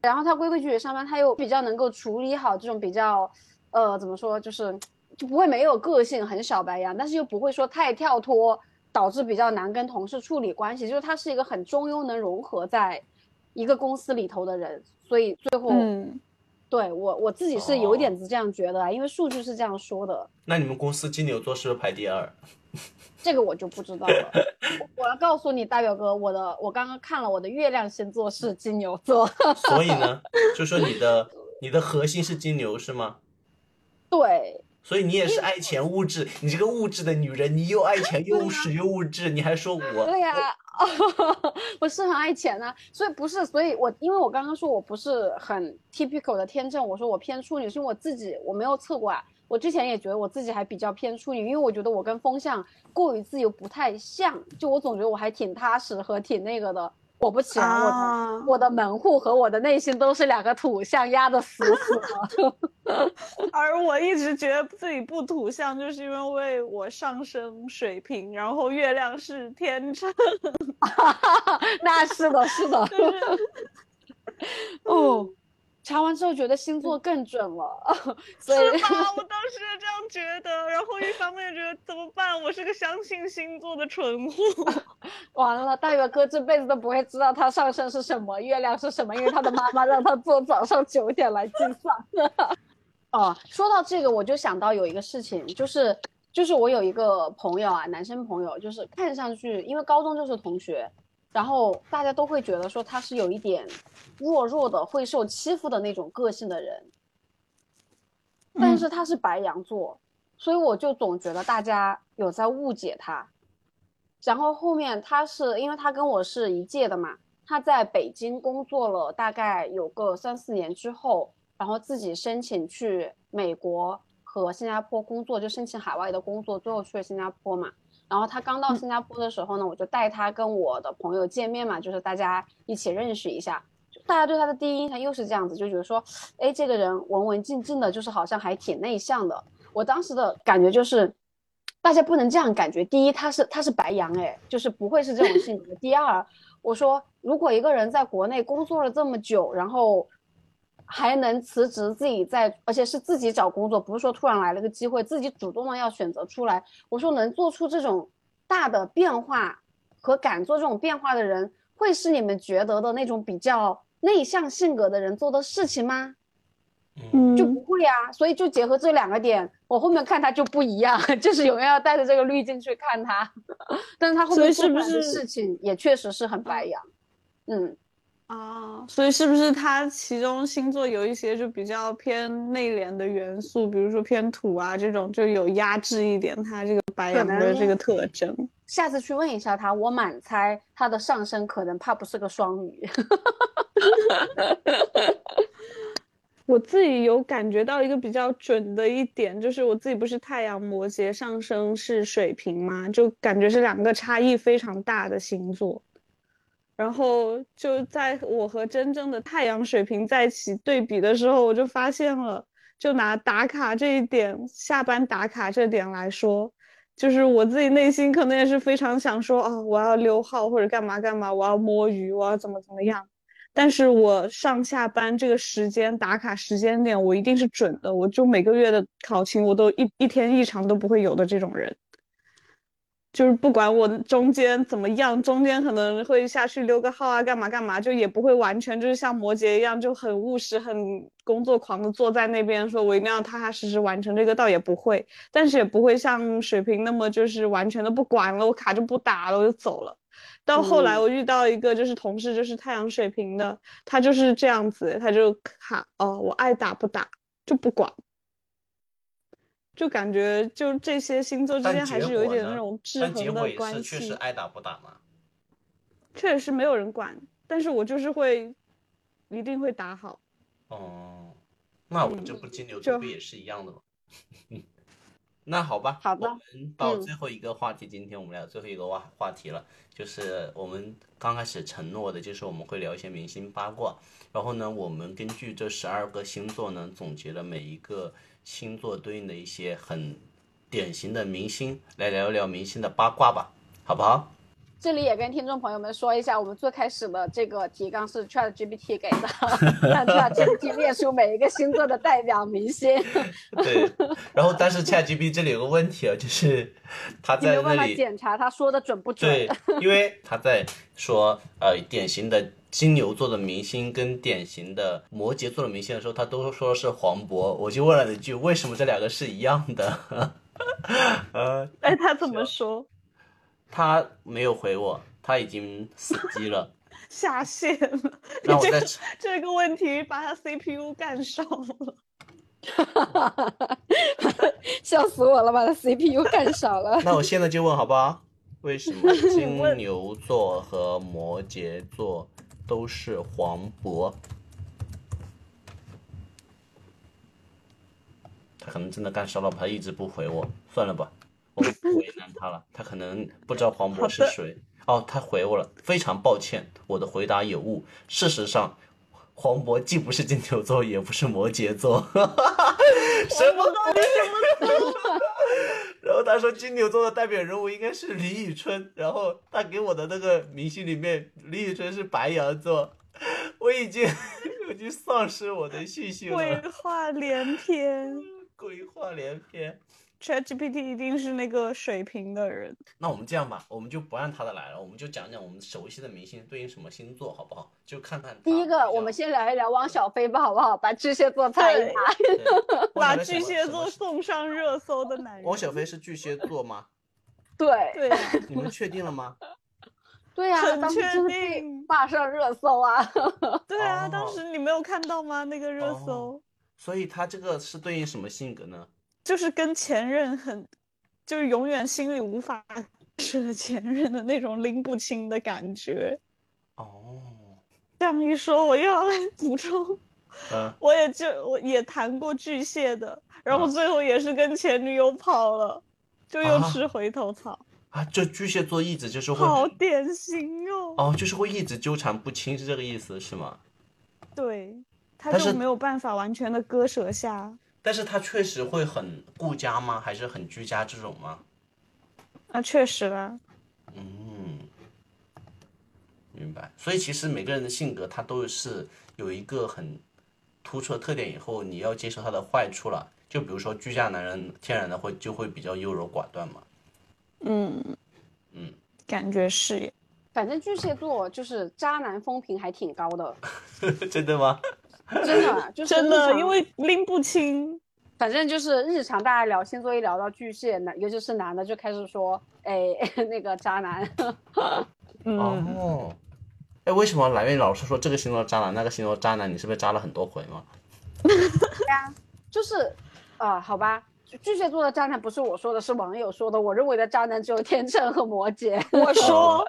Speaker 2: 然后他规规矩矩地上班，他又比较能够处理好这种比较，呃，怎么说，就是就不会没有个性，很小白羊，但是又不会说太跳脱，导致比较难跟同事处理关系。就是他是一个很中庸，能融合在一个公司里头的人，所以最后
Speaker 3: 嗯，
Speaker 2: 对我我自己是有一点子这样觉得啊，因为数据是这样说的。
Speaker 1: 那你们公司金牛座是不是排第二？
Speaker 2: 这个我就不知道了。我我要告诉你，大表哥，我的我刚刚看了我的月亮星座是金牛座，
Speaker 1: 所以呢，就说你的你的核心是金牛是吗？
Speaker 2: 对，
Speaker 1: 所以你也是爱钱物质，你这个物质的女人，你又爱钱又务实又物质，你还说我
Speaker 2: 对呀、 我是很爱钱呐、啊所以不是，所以我因为我刚刚说我不是很 typical 的天秤，我说我偏处女，是因为我自己我没有测过啊。我之前也觉得我自己还比较偏处女，因为我觉得我跟风向过于自由不太像，就我总觉得我还挺踏实和挺那个的。果不其然，我的
Speaker 3: 啊，
Speaker 2: 我的门户和我的内心都是两个土象压得死死的。
Speaker 3: 而我一直觉得自己不土象，就是因为我上升水瓶，然后月亮是天秤，
Speaker 2: 那是的，是 的。
Speaker 3: 就是
Speaker 2: 哦， 查完之后觉得星座更准了， 所以
Speaker 3: 是吧？我当时也这样觉得，然后一方面觉得怎么办？我是个相信星座的蠢货。
Speaker 2: 完了，大表哥这辈子都不会知道他上升是什么，月亮是什么，因为他的妈妈让他做早上九点来计算。 哦，说到这个，我就想到有一个事情，就是就是我有一个朋友啊，男生朋友，就是看上去因为高中就是同学，然后大家都会觉得说他是有一点弱弱的，会受欺负的那种个性的人，
Speaker 3: 嗯
Speaker 2: 但是他是白羊座，所以我就总觉得大家有在误解他。然后后面他是因为他跟我是一届的嘛，他在北京工作了大概有个三四年之后，然后自己申请去美国和新加坡工作，就申请海外的工作，最后去了新加坡嘛。然后他刚到新加坡的时候呢，我就带他跟我的朋友见面嘛，就是大家一起认识一下。就大家对他的第一印象又是这样子，就觉得说，哎，这个人文文静静的，就是好像还挺内向的。我当时的感觉就是，大家不能这样感觉。第一，他是他是白羊，哎，就是不会是这种性格。第二，我说如果一个人在国内工作了这么久，然后还能辞职，自己在，而且是自己找工作，不是说突然来了个机会，自己主动的要选择出来。我说能做出这种大的变化和敢做这种变化的人，会是你们觉得的那种比较内向性格的人做的事情吗？
Speaker 1: 嗯
Speaker 3: 嗯
Speaker 2: 就不会啊。所以就结合这两个点，我后面看他就不一样， 就是永远要带着这个滤镜去看他。 但是他后
Speaker 3: 所以
Speaker 2: 面
Speaker 3: 是
Speaker 2: 做出
Speaker 3: 不
Speaker 2: 来的
Speaker 3: 是
Speaker 2: 事情也确实是很白羊，嗯，
Speaker 3: 啊，所以是不是它其中星座有一些就比较偏内敛的元素，比如说偏土啊这种，就有压制一点它这个白
Speaker 2: 可
Speaker 3: 羊的这
Speaker 2: 能
Speaker 3: 个特征。
Speaker 2: 下次去问一下他，我满猜他的上升可能怕不是个双鱼。
Speaker 3: 我自己有感觉到一个比较准的一点，就是我自己不是太阳摩羯上升是水瓶嘛，就感觉是两个差异非常大的星座。然后就在我和真正的太阳水瓶在一起对比的时候，我就发现了，就拿打卡这一点，下班打卡这点来说，就是我自己内心可能也是非常想说，哦，我要溜号或者干嘛干嘛，我要摸鱼，我要怎么怎么样。但是我上下班这个时间打卡时间点，我一定是准的，我就每个月的考勤我都一一天异常都不会有的这种人，就是不管我中间怎么样，中间可能会下去溜个号啊，干嘛干嘛，就也不会完全就是像摩羯一样就很务实、很工作狂的坐在那边说我一定要踏踏实实完成这个，倒也不会，但是也不会像水瓶那么就是完全的不管了，我卡就不打了，我就走了。到后来
Speaker 2: 嗯
Speaker 3: 我遇到一个就是同事，就是太阳水瓶的，他就是这样子，他就卡哦，我爱打不打就不管，就感觉就这些星座之
Speaker 1: 但
Speaker 3: 间还
Speaker 1: 结
Speaker 3: 是有一
Speaker 1: 果
Speaker 3: 点
Speaker 1: 呢
Speaker 3: 那种制
Speaker 1: 但结
Speaker 3: 衡
Speaker 1: 果
Speaker 3: 的
Speaker 1: 也
Speaker 3: 关
Speaker 1: 是确实
Speaker 3: 系，
Speaker 1: 爱打不打嘛。
Speaker 3: 确实没有人管，但是我就是会一定会 打好。
Speaker 1: 哦，那我这不金牛座
Speaker 3: 嗯就
Speaker 1: 不也是一样的吗？ 那好吧，
Speaker 2: 好的
Speaker 3: 哦
Speaker 1: 我们到
Speaker 2: 嗯
Speaker 1: 最后一个话题，今天我们聊最后一个话话题了，就是我们刚开始承诺的，就是我们会聊一些明星八卦，然后呢，我们根据这十二个星座呢，总结了每一个星座对应的一些很典型的明星，来聊一聊明星的八卦吧，好不好？
Speaker 2: 这里也跟听众朋友们说一下，我们最开始的这个提纲是 ChatGPT 给的， 让 ChatGPT 列出每一个星座的代表明星，
Speaker 1: 对，然后但是 ChatGPT 这里有个问题啊，就是他
Speaker 2: 你没
Speaker 1: 在
Speaker 2: 有办
Speaker 1: 那
Speaker 2: 法
Speaker 1: 里。
Speaker 2: 检查他说的准不准
Speaker 1: 对。，因为他在说呃典型的金牛座的明星跟典型的摩羯座的明星的时候，他都说是黄渤，我就问了一句，为什么这两个是一样的？ 呃，
Speaker 3: 哎，他怎么说？
Speaker 1: 他没有回我，他已经死机了。
Speaker 3: 下线了，你
Speaker 1: 让我
Speaker 3: 这
Speaker 1: 再
Speaker 3: 个这个问题把他 CPU 干烧 了。
Speaker 2: 笑死我了，把他 CPU 干少了。
Speaker 1: 那我现在就问好不好？为什 么金牛座和摩羯座都是黄渤？他可能真的干烧了吧，他一直不回我，算了吧，我不为难他了。他可能不知道黄渤是
Speaker 3: 好的
Speaker 1: 谁。哦，他回我了，非常抱歉，我的回答有误。事实上，黄渤既不是金牛座，也不是摩羯 座。什么东西？ 然后他说金牛座的代表人物应该是李宇春，然后他给我的那个明星里面，李宇春是白羊座， 我已经我已经丧失我的信 心
Speaker 3: 鬼
Speaker 1: 了，
Speaker 3: 话连篇
Speaker 1: 鬼话连篇。
Speaker 3: ，ChatGPT 一定是那个水平的人。
Speaker 1: 那我们这样吧，我们就不按他的来了，我们就讲讲我们熟悉的明星对应什么星座，好不好？就看看他
Speaker 2: 第一
Speaker 1: 比
Speaker 3: 啊
Speaker 2: 个，
Speaker 1: 较
Speaker 2: 我们先聊一聊汪小菲吧，好不好？把巨蟹座猜一
Speaker 3: 对
Speaker 2: 猜。，
Speaker 1: 对我
Speaker 3: 把
Speaker 1: 想
Speaker 3: 巨
Speaker 1: 想
Speaker 3: 蟹
Speaker 1: 什么
Speaker 3: 座
Speaker 1: 是
Speaker 3: 送上热搜的男人。
Speaker 1: 汪小菲是巨蟹座吗？
Speaker 2: 对
Speaker 3: 对啊，
Speaker 1: 你们确定了吗？
Speaker 2: 对呀、
Speaker 3: 很
Speaker 2: 当时
Speaker 3: 确
Speaker 2: 真的被
Speaker 3: 定
Speaker 2: 挂上热搜啊！
Speaker 3: 对啊，
Speaker 1: 哦
Speaker 3: 当时你没有看到吗？那个热
Speaker 1: 哦
Speaker 3: 搜
Speaker 1: 所以他这个是对应什么性格呢？
Speaker 3: 就是跟前任很，就是永远心里无法是的前任的那种拎不清的感觉。
Speaker 1: 哦，
Speaker 3: 这样一说，我又要来补充，
Speaker 1: 嗯，
Speaker 3: 我也就我也谈过巨蟹的，然后
Speaker 1: 啊
Speaker 3: 最后也是跟前女友跑了，就又
Speaker 1: 啊
Speaker 3: 吃回头草，
Speaker 1: 啊，这巨蟹座一直就是会
Speaker 3: 好典型哦。
Speaker 1: 哦，就是会一直纠缠不清，是这个意思是吗？
Speaker 3: 对，他
Speaker 1: 但
Speaker 3: 就是没有办法完全的割舍下。
Speaker 1: 但是他确实会很顾家吗？还是很居家这种吗？
Speaker 3: 啊，确实啦，
Speaker 1: 嗯，明白。所以其实每个人的性格，他都是有一个很突出的特点，以后你要接受他的坏处了。就比如说居家男人，天然的会就会比较优柔寡断嘛。
Speaker 3: 嗯
Speaker 1: 嗯，
Speaker 3: 感觉是耶。
Speaker 2: 反正巨蟹座就是渣男风评还挺高的，
Speaker 1: 真的吗？
Speaker 2: 真的啊就是
Speaker 3: 真
Speaker 2: 日
Speaker 3: 的，
Speaker 2: 常
Speaker 3: 因为拎不清。
Speaker 2: 反正就是日常大家聊星座，一聊到巨蟹，男尤其是男的就开始说，哎， 那个渣男，
Speaker 3: 嗯，
Speaker 1: 哦，哎，为什么蓝月老是说这个星座渣男，那个星座渣男？你是不是渣了很多回嘛？
Speaker 2: 就是，啊、好吧，巨蟹座的渣男不是我说的，是网友说的。我认为的渣男只有天秤和摩羯。
Speaker 1: 哦
Speaker 3: 我说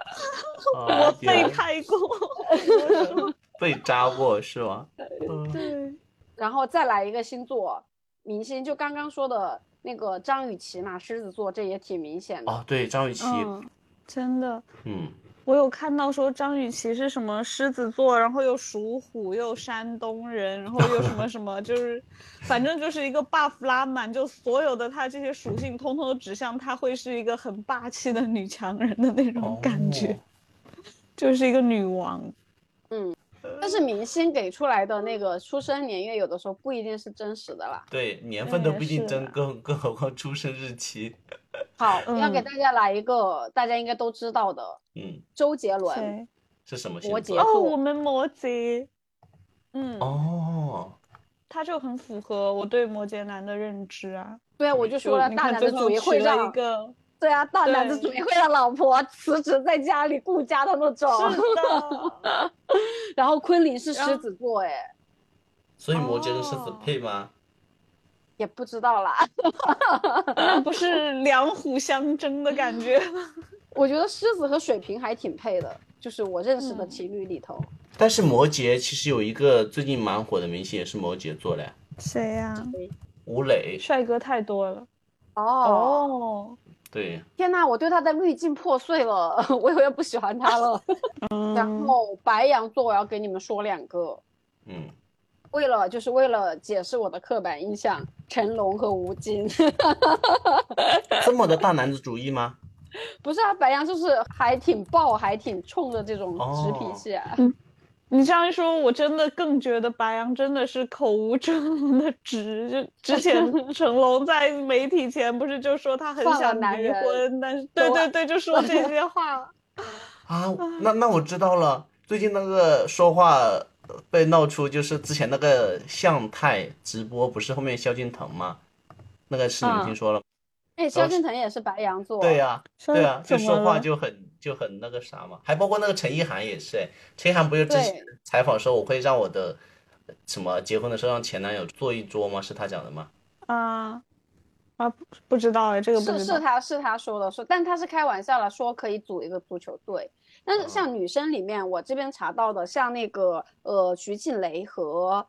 Speaker 1: 啊
Speaker 3: 我
Speaker 1: 原
Speaker 3: 被
Speaker 1: 来
Speaker 3: 拍过，我说
Speaker 1: 被渣过是吗？嗯
Speaker 3: 对，
Speaker 2: 然后再来一个星座明星，就刚刚说的那个张雨绮嘛，狮子座，这也挺明显的。
Speaker 1: 哦，对，张雨绮，
Speaker 3: 嗯，真的，
Speaker 1: 嗯，
Speaker 3: 我有看到说张雨绮是什么狮子座，然后又属虎，又山东人，然后又什么什么，就是反正就是一个 buff 拉满，就所有的她这些属性通通都指向她会是一个很霸气的女强人的那
Speaker 1: 嗯哦
Speaker 3: 种感觉，就是一个女王。
Speaker 2: 但是明星给出来的那个出生年月，有的时候不一定是真实的啦。
Speaker 1: 对，年份都不一定
Speaker 3: 哎是
Speaker 1: 真，
Speaker 3: 啊
Speaker 1: 更更何况出生日期。
Speaker 2: 好，
Speaker 3: 嗯
Speaker 2: 要给大家来一个大家应该都知道的，
Speaker 1: 嗯，
Speaker 2: 周杰伦。
Speaker 3: 对，
Speaker 1: 是什么星
Speaker 2: 摩
Speaker 1: 座？
Speaker 2: 羯
Speaker 3: 哦，我们摩羯，嗯，
Speaker 1: 哦，
Speaker 3: 他就很符合我对摩羯男的认知啊。
Speaker 2: 对啊，我就说了，
Speaker 3: 你
Speaker 2: 大
Speaker 3: 看
Speaker 2: 男
Speaker 3: 最
Speaker 2: 子
Speaker 3: 后
Speaker 2: 主义会
Speaker 3: 娶了一
Speaker 2: 让
Speaker 3: 个，
Speaker 2: 对啊，大男子
Speaker 3: 对
Speaker 2: 主义会让老婆辞职在家里顾家的那种。
Speaker 3: 是的，
Speaker 2: 然后昆凌是
Speaker 3: 然
Speaker 2: 狮
Speaker 3: 后
Speaker 2: 子座，哎，
Speaker 1: 所以摩羯跟狮子
Speaker 3: 哦
Speaker 1: 配吗？
Speaker 2: 也不知道啦。
Speaker 3: 那不是两虎相争的感觉吗？
Speaker 2: 我觉得狮子和水瓶还挺配的，就是我认识的
Speaker 3: 嗯
Speaker 2: 情侣里头，
Speaker 1: 但是摩羯其实有一个最近蛮火的明星也是摩羯座的，
Speaker 3: 谁呀、
Speaker 1: 吴磊。
Speaker 3: 帅哥太多了。
Speaker 2: 哦，
Speaker 3: 哦，
Speaker 1: 对，
Speaker 2: 天呐，我对他的滤镜破碎了， 我以后也不喜欢他了。
Speaker 3: 嗯
Speaker 2: 然后白羊座，我要给你们说两个，
Speaker 1: 嗯，
Speaker 2: 为了就是为了解释我的刻板印象，成龙和吴京。
Speaker 1: 这么的大男子主义吗？
Speaker 2: 不是啊，白羊就是还挺爆，还挺冲的这种
Speaker 1: 哦
Speaker 2: 直脾气啊。
Speaker 3: 你这样一说，我真的更觉得白羊真的是口无遮拦的直。就之前成龙在媒体前不是就说他很
Speaker 2: 放了
Speaker 3: 想
Speaker 2: 男
Speaker 3: 离
Speaker 2: 人
Speaker 3: 婚，但是对啊
Speaker 2: 懂
Speaker 3: 对对，就说这些话。
Speaker 1: 啊，那那我知道了。最近那个说话被闹出，就是之前那个向太直播，不是后面萧敬腾吗？那个是你
Speaker 3: 啊
Speaker 1: 们
Speaker 2: 嗯
Speaker 1: 听说了吗？
Speaker 2: 哎，萧敬腾也是白羊座，
Speaker 1: 对呀、
Speaker 3: 说
Speaker 1: 对啊，就
Speaker 3: 怎么
Speaker 1: 说话
Speaker 3: 了
Speaker 1: 就很就很那个啥嘛，还包括那个陈意涵也是，哎，陈意涵不就之
Speaker 2: 对
Speaker 1: 前采访说我会让我的呃什么结婚的时候让前男友坐一桌吗？是他讲的吗？
Speaker 3: 啊啊，不不知道哎，这个不
Speaker 2: 是
Speaker 3: 知
Speaker 2: 是
Speaker 3: 道。
Speaker 2: 他是他说的，说但他是开玩笑了，说可以组一个足球队。但
Speaker 1: 哦
Speaker 2: 是
Speaker 3: 啊
Speaker 2: 像女生里面，我这边查到的，像那个呃徐静蕾和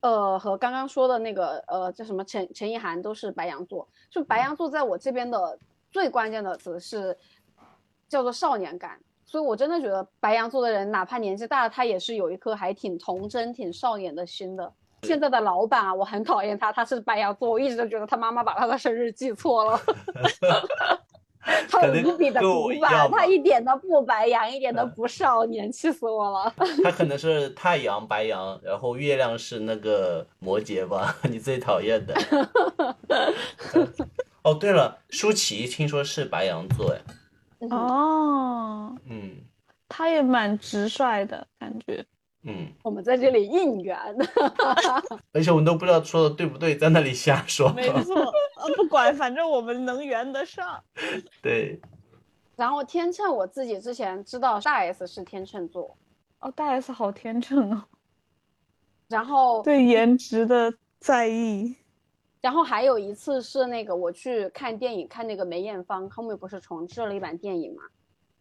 Speaker 2: 呃和刚刚说的那个呃叫什么陈陈意涵都是白羊座，就
Speaker 3: 嗯
Speaker 2: 白羊座在我这边的最关键的词是叫做少年感。所以，我真的觉得白羊座的人，哪怕年纪大了，他也是有一颗还挺童真、挺少年的心的。现在的老板啊，我很讨厌他，他是白羊座，我一直都觉得他妈妈把他的生日记错了。他
Speaker 1: 可能
Speaker 2: 无比的
Speaker 1: 跟我一
Speaker 2: 古板，
Speaker 1: 样吧
Speaker 2: 他一点都不白羊，一点都
Speaker 1: 嗯
Speaker 2: 不少年，气死我了。
Speaker 1: 他可能是太阳白羊，然后月亮是那个摩羯吧， 你最讨厌的。嗯哦，对了，舒淇听说是白羊座，哎，
Speaker 2: 嗯，
Speaker 3: 哦，
Speaker 1: 嗯
Speaker 3: 他也蛮直率的感觉。
Speaker 1: 嗯，
Speaker 2: 我们在这里应援，
Speaker 1: 而且我们都不知道说的对不对，在那里瞎说。
Speaker 3: 没 错，呃不管，反正我们能圆得上。
Speaker 1: 对，
Speaker 2: 然后天秤，我自己之前知道大 S 是天秤座，
Speaker 3: 哦，大 S 好天秤哦，
Speaker 2: 然后
Speaker 3: 对颜值的在意。
Speaker 2: 然后还有一次是那个我去看电影，看那个梅艳芳，后面不是重制了一版电影嘛？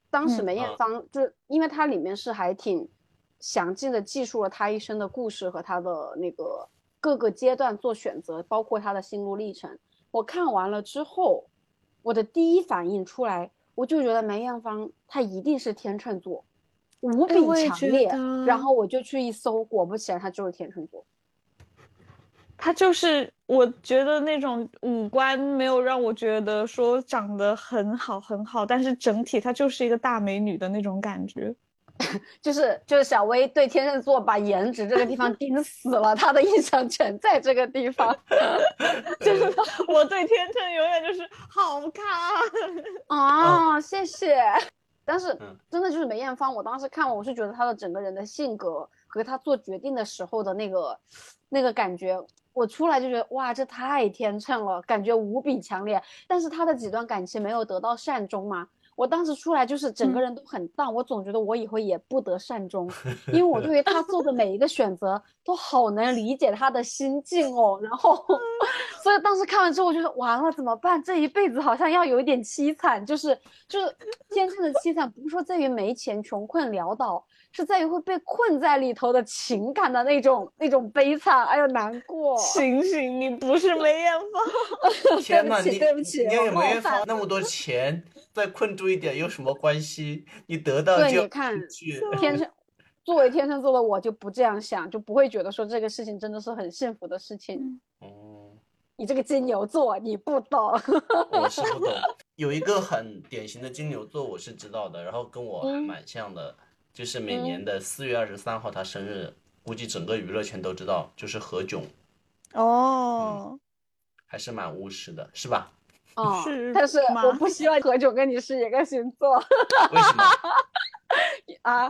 Speaker 2: 当时
Speaker 3: 嗯
Speaker 2: 梅艳
Speaker 1: 啊
Speaker 2: 芳就是因为它里面是还挺详尽的记述了她一生的故事和她的那个各个阶段做选择，包括她的心路历程。我看完了之后，我的第一反应出来，我就觉得梅艳芳她一定是天秤座，无
Speaker 3: 哎
Speaker 2: 比
Speaker 3: 我也
Speaker 2: 强
Speaker 3: 觉
Speaker 2: 烈。
Speaker 3: 得
Speaker 2: 然后我就去一搜，果不其然，她就是天秤座。
Speaker 3: 他就是，我觉得那种五官没有让我觉得说长得很好很好，但是整体她就是一个大美女的那种感觉。
Speaker 2: 就是就是小薇对天秤座把颜值这个地方盯死了，她的印象全在这个地方。
Speaker 3: 就是我对天秤永远就是好看， 啊
Speaker 2: 哦，谢谢。但是
Speaker 1: 嗯
Speaker 2: 真的就是梅艳芳，我当时看完我是觉得她的整个人的性格和她做决定的时候的那个那个感觉，我出来就觉得哇，这太天秤了，感觉无比强烈。但是她的几段感情没有得到善终嘛，我当时出来就是整个人都很荡，我总觉得我以后也不得善终，因为我对于他做的每一个选择都好能理解他的心境哦。然后， 所以当时看完之后，我就说完了怎么办？这一辈子好像要有一点凄惨，就是就是天秤的凄惨，不是说在于没钱、穷困潦倒，是在于会被困在里头的情感的那种那种悲惨，哎呦难过。
Speaker 3: 醒醒，你不是梅艳芳，
Speaker 1: 天哪，
Speaker 2: 起
Speaker 1: 你
Speaker 2: 对不起
Speaker 1: 你
Speaker 2: 我
Speaker 1: 有
Speaker 2: 冒
Speaker 1: 没有
Speaker 2: 犯
Speaker 1: 发那么多钱，再困住一点有什么关系？你得到
Speaker 2: 对
Speaker 1: 就
Speaker 2: 你看
Speaker 1: 去，
Speaker 2: 天秤，作为天秤座的我就不这样想，就不会觉得说这个事情真的是很幸福的事情。
Speaker 1: 哦。
Speaker 2: 你这个金牛座，你不懂。
Speaker 1: 我是不懂。 有一个很典型的金牛座，我是知道的，然后跟我还
Speaker 2: 嗯
Speaker 1: 蛮像的，就是每
Speaker 2: 嗯
Speaker 1: 年的四月二十三号他生日，估计整个娱乐圈都知道，就是何炅，
Speaker 3: 哦，
Speaker 1: 还是蛮务实的，是吧？
Speaker 2: 啊、
Speaker 3: 是
Speaker 2: 但是我
Speaker 3: 吗
Speaker 2: 不希望何炅跟你是一个星座
Speaker 1: 为什么？
Speaker 2: 啊，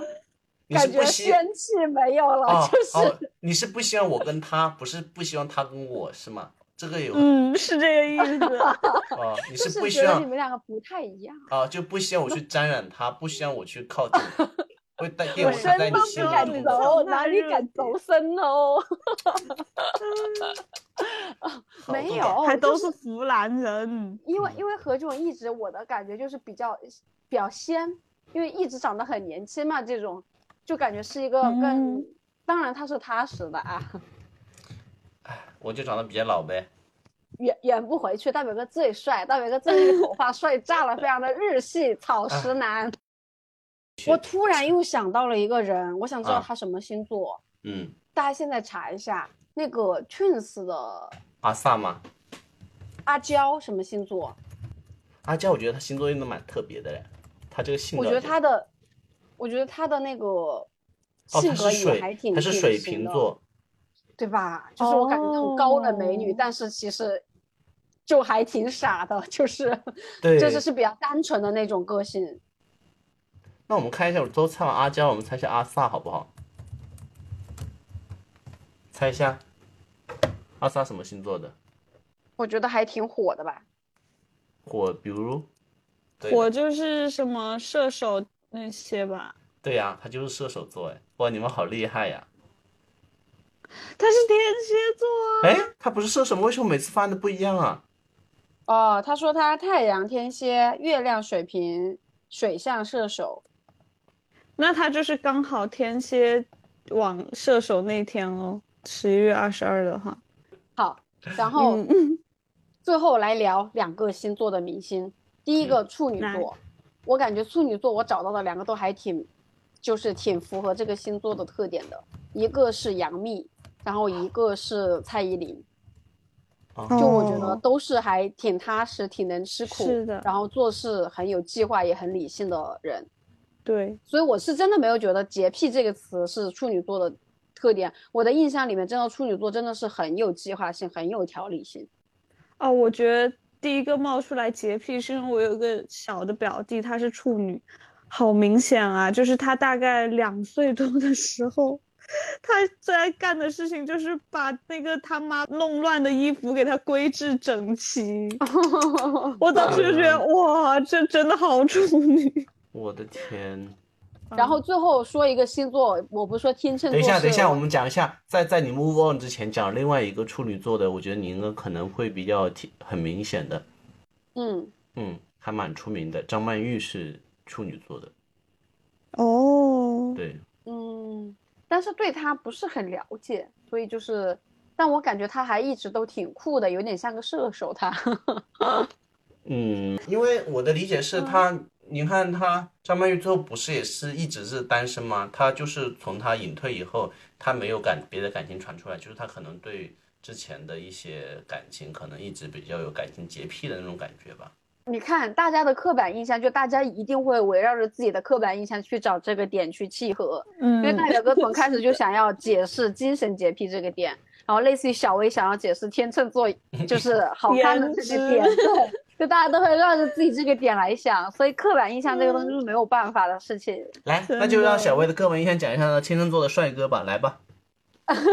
Speaker 1: 你是
Speaker 2: 感觉
Speaker 1: 不希
Speaker 2: 仙气没有了，
Speaker 1: 哦
Speaker 2: 就是、
Speaker 1: 哦，你是不希望我跟他，不是不希望他跟我是吗？这个有
Speaker 3: 嗯，是这个意 思。
Speaker 1: 哦，你
Speaker 2: 就是
Speaker 1: 不
Speaker 2: 是
Speaker 1: 希
Speaker 2: 觉得你
Speaker 1: 望
Speaker 2: 们两个不太一样。
Speaker 1: 啊，就不希望我去沾染他，不希望我去靠近他，会带玷
Speaker 2: 我
Speaker 1: 污他
Speaker 2: 深
Speaker 1: 在你
Speaker 2: 都
Speaker 1: 心
Speaker 2: 不敢
Speaker 1: 目中的。
Speaker 2: 走，哪里敢走深哦？
Speaker 1: 好
Speaker 2: 没
Speaker 1: 多
Speaker 2: 有，
Speaker 1: 感
Speaker 3: 还
Speaker 2: 就
Speaker 3: 都哦是湖南人，
Speaker 2: 因
Speaker 1: 嗯
Speaker 2: 为因为何炅一直我的感觉就是比较比较仙，因为一直长得很年轻嘛，这种就感觉是一个更，
Speaker 3: 嗯
Speaker 2: 当然他是踏实的啊，
Speaker 1: 我就长得比较老呗。
Speaker 2: 圆圆不回去。大表哥最帅，大表哥最近头发帅炸了，非常的日系草
Speaker 1: 啊
Speaker 2: 食男。我突然又想到了一个人，我想知道
Speaker 1: 啊
Speaker 2: 他什么星座，
Speaker 1: 嗯，
Speaker 2: 大家现在查一下那个 Twins 的
Speaker 1: 阿萨吗？
Speaker 2: 阿娇什么星座？
Speaker 1: 阿娇，我觉得她星座用的蛮特别的嘞，她这个性格，
Speaker 2: 我觉得他的，我觉得他的那个
Speaker 1: 哦，
Speaker 2: 性
Speaker 1: 她
Speaker 2: 格
Speaker 1: 是
Speaker 2: 也还
Speaker 1: 水，
Speaker 2: 挺
Speaker 1: 她是
Speaker 2: 典
Speaker 1: 水
Speaker 2: 型
Speaker 1: 瓶
Speaker 2: 的，
Speaker 1: 座，
Speaker 2: 对吧？就是我感觉那种高冷美女，
Speaker 3: 哦
Speaker 2: 但是其实就还挺傻的，就是
Speaker 1: 对，
Speaker 2: 就是是比较单纯的那种个性。
Speaker 1: 那我们看一下，我都猜完阿娇，我们猜一下阿萨好不好？猜一下，阿萨什么星座的？
Speaker 2: 我觉得还挺火的吧。
Speaker 1: 火，比如，对
Speaker 3: 我就是什么射手那些吧。
Speaker 1: 对呀、他就是射手座哎，哇，你们好厉害呀！
Speaker 3: 他是天蝎座啊
Speaker 1: 哎，他不是射手吗？为什么每次翻的不一样啊？
Speaker 2: 哦，他说他太阳天蝎，月亮水瓶，水象射手。
Speaker 3: 啊，那他就是刚好天蝎往射手那天喽，十一月二十二的话。
Speaker 2: 好，然后
Speaker 3: 嗯 嗯，
Speaker 2: 最后来聊两个星座的明星。第一个处女
Speaker 3: 来
Speaker 2: 座，我感觉处女座我找到的两个都还挺，就是挺符合这个星座的特点的。一个是杨幂，然后一个是蔡依林，
Speaker 1: 啊
Speaker 2: 就我觉得
Speaker 3: 哦
Speaker 2: 都是还挺踏实、挺能吃苦，
Speaker 3: 是的
Speaker 2: 然后做事很有计划、也很理性的人。
Speaker 3: 对，
Speaker 2: 所以我是真的没有觉得“洁癖”这个词是处女座的特点。我的印象里面，真的处女座真的是很有计划性、很有条理性。
Speaker 3: 哦，我觉得第一个冒出来洁癖，是因为我有个小的表弟，她是处女，好明显啊！就是她大概两岁多的时候，她最爱干的事情就是把那个他妈弄乱的衣服给她归置整齐。
Speaker 2: 哦
Speaker 3: 我当时就觉
Speaker 2: 嗯
Speaker 3: 得，哇，这真的好处女。
Speaker 1: 我的天！
Speaker 2: 然后最后说一个星座，我不是说天秤座
Speaker 1: 等一下，
Speaker 2: 是
Speaker 1: 等一下，我们讲一下，在在你 move on 之前讲另外一个处女座的，我觉得你应该可能会比较提很明显的，
Speaker 2: 嗯，
Speaker 1: 嗯，还蛮出名的。张曼玉是处女座的，
Speaker 3: 哦，
Speaker 1: 对，
Speaker 2: 嗯，但是对他不是很了解，所以就是，但我感觉他还一直都挺酷的，有点像个射手他。
Speaker 1: 嗯，因为我的理解是她，你看她张曼玉最后不是也是一直是单身吗？她就是从她隐退以后，她没有感别的感情传出来，就是她可能对之前的一些感情，可能一直比较有感情洁癖的那种感觉吧。
Speaker 2: 你看大家的刻板印象，就大家一定会围绕着自己的刻板印象去找这个点去契合。因
Speaker 3: 嗯
Speaker 2: 为大表哥从开始就想要解释精神洁癖这个点，然后类似于小薇想要解释天秤 座就是好看的这个点，
Speaker 3: 颜值
Speaker 2: 对，就大家都会绕着自己这个点来想，所以刻板印象这个东西是没有办法的事情。
Speaker 1: 来，
Speaker 3: 真
Speaker 1: 那就让
Speaker 3: 的
Speaker 1: 小薇的哥们印象讲一下天秤座的帅哥吧，来吧，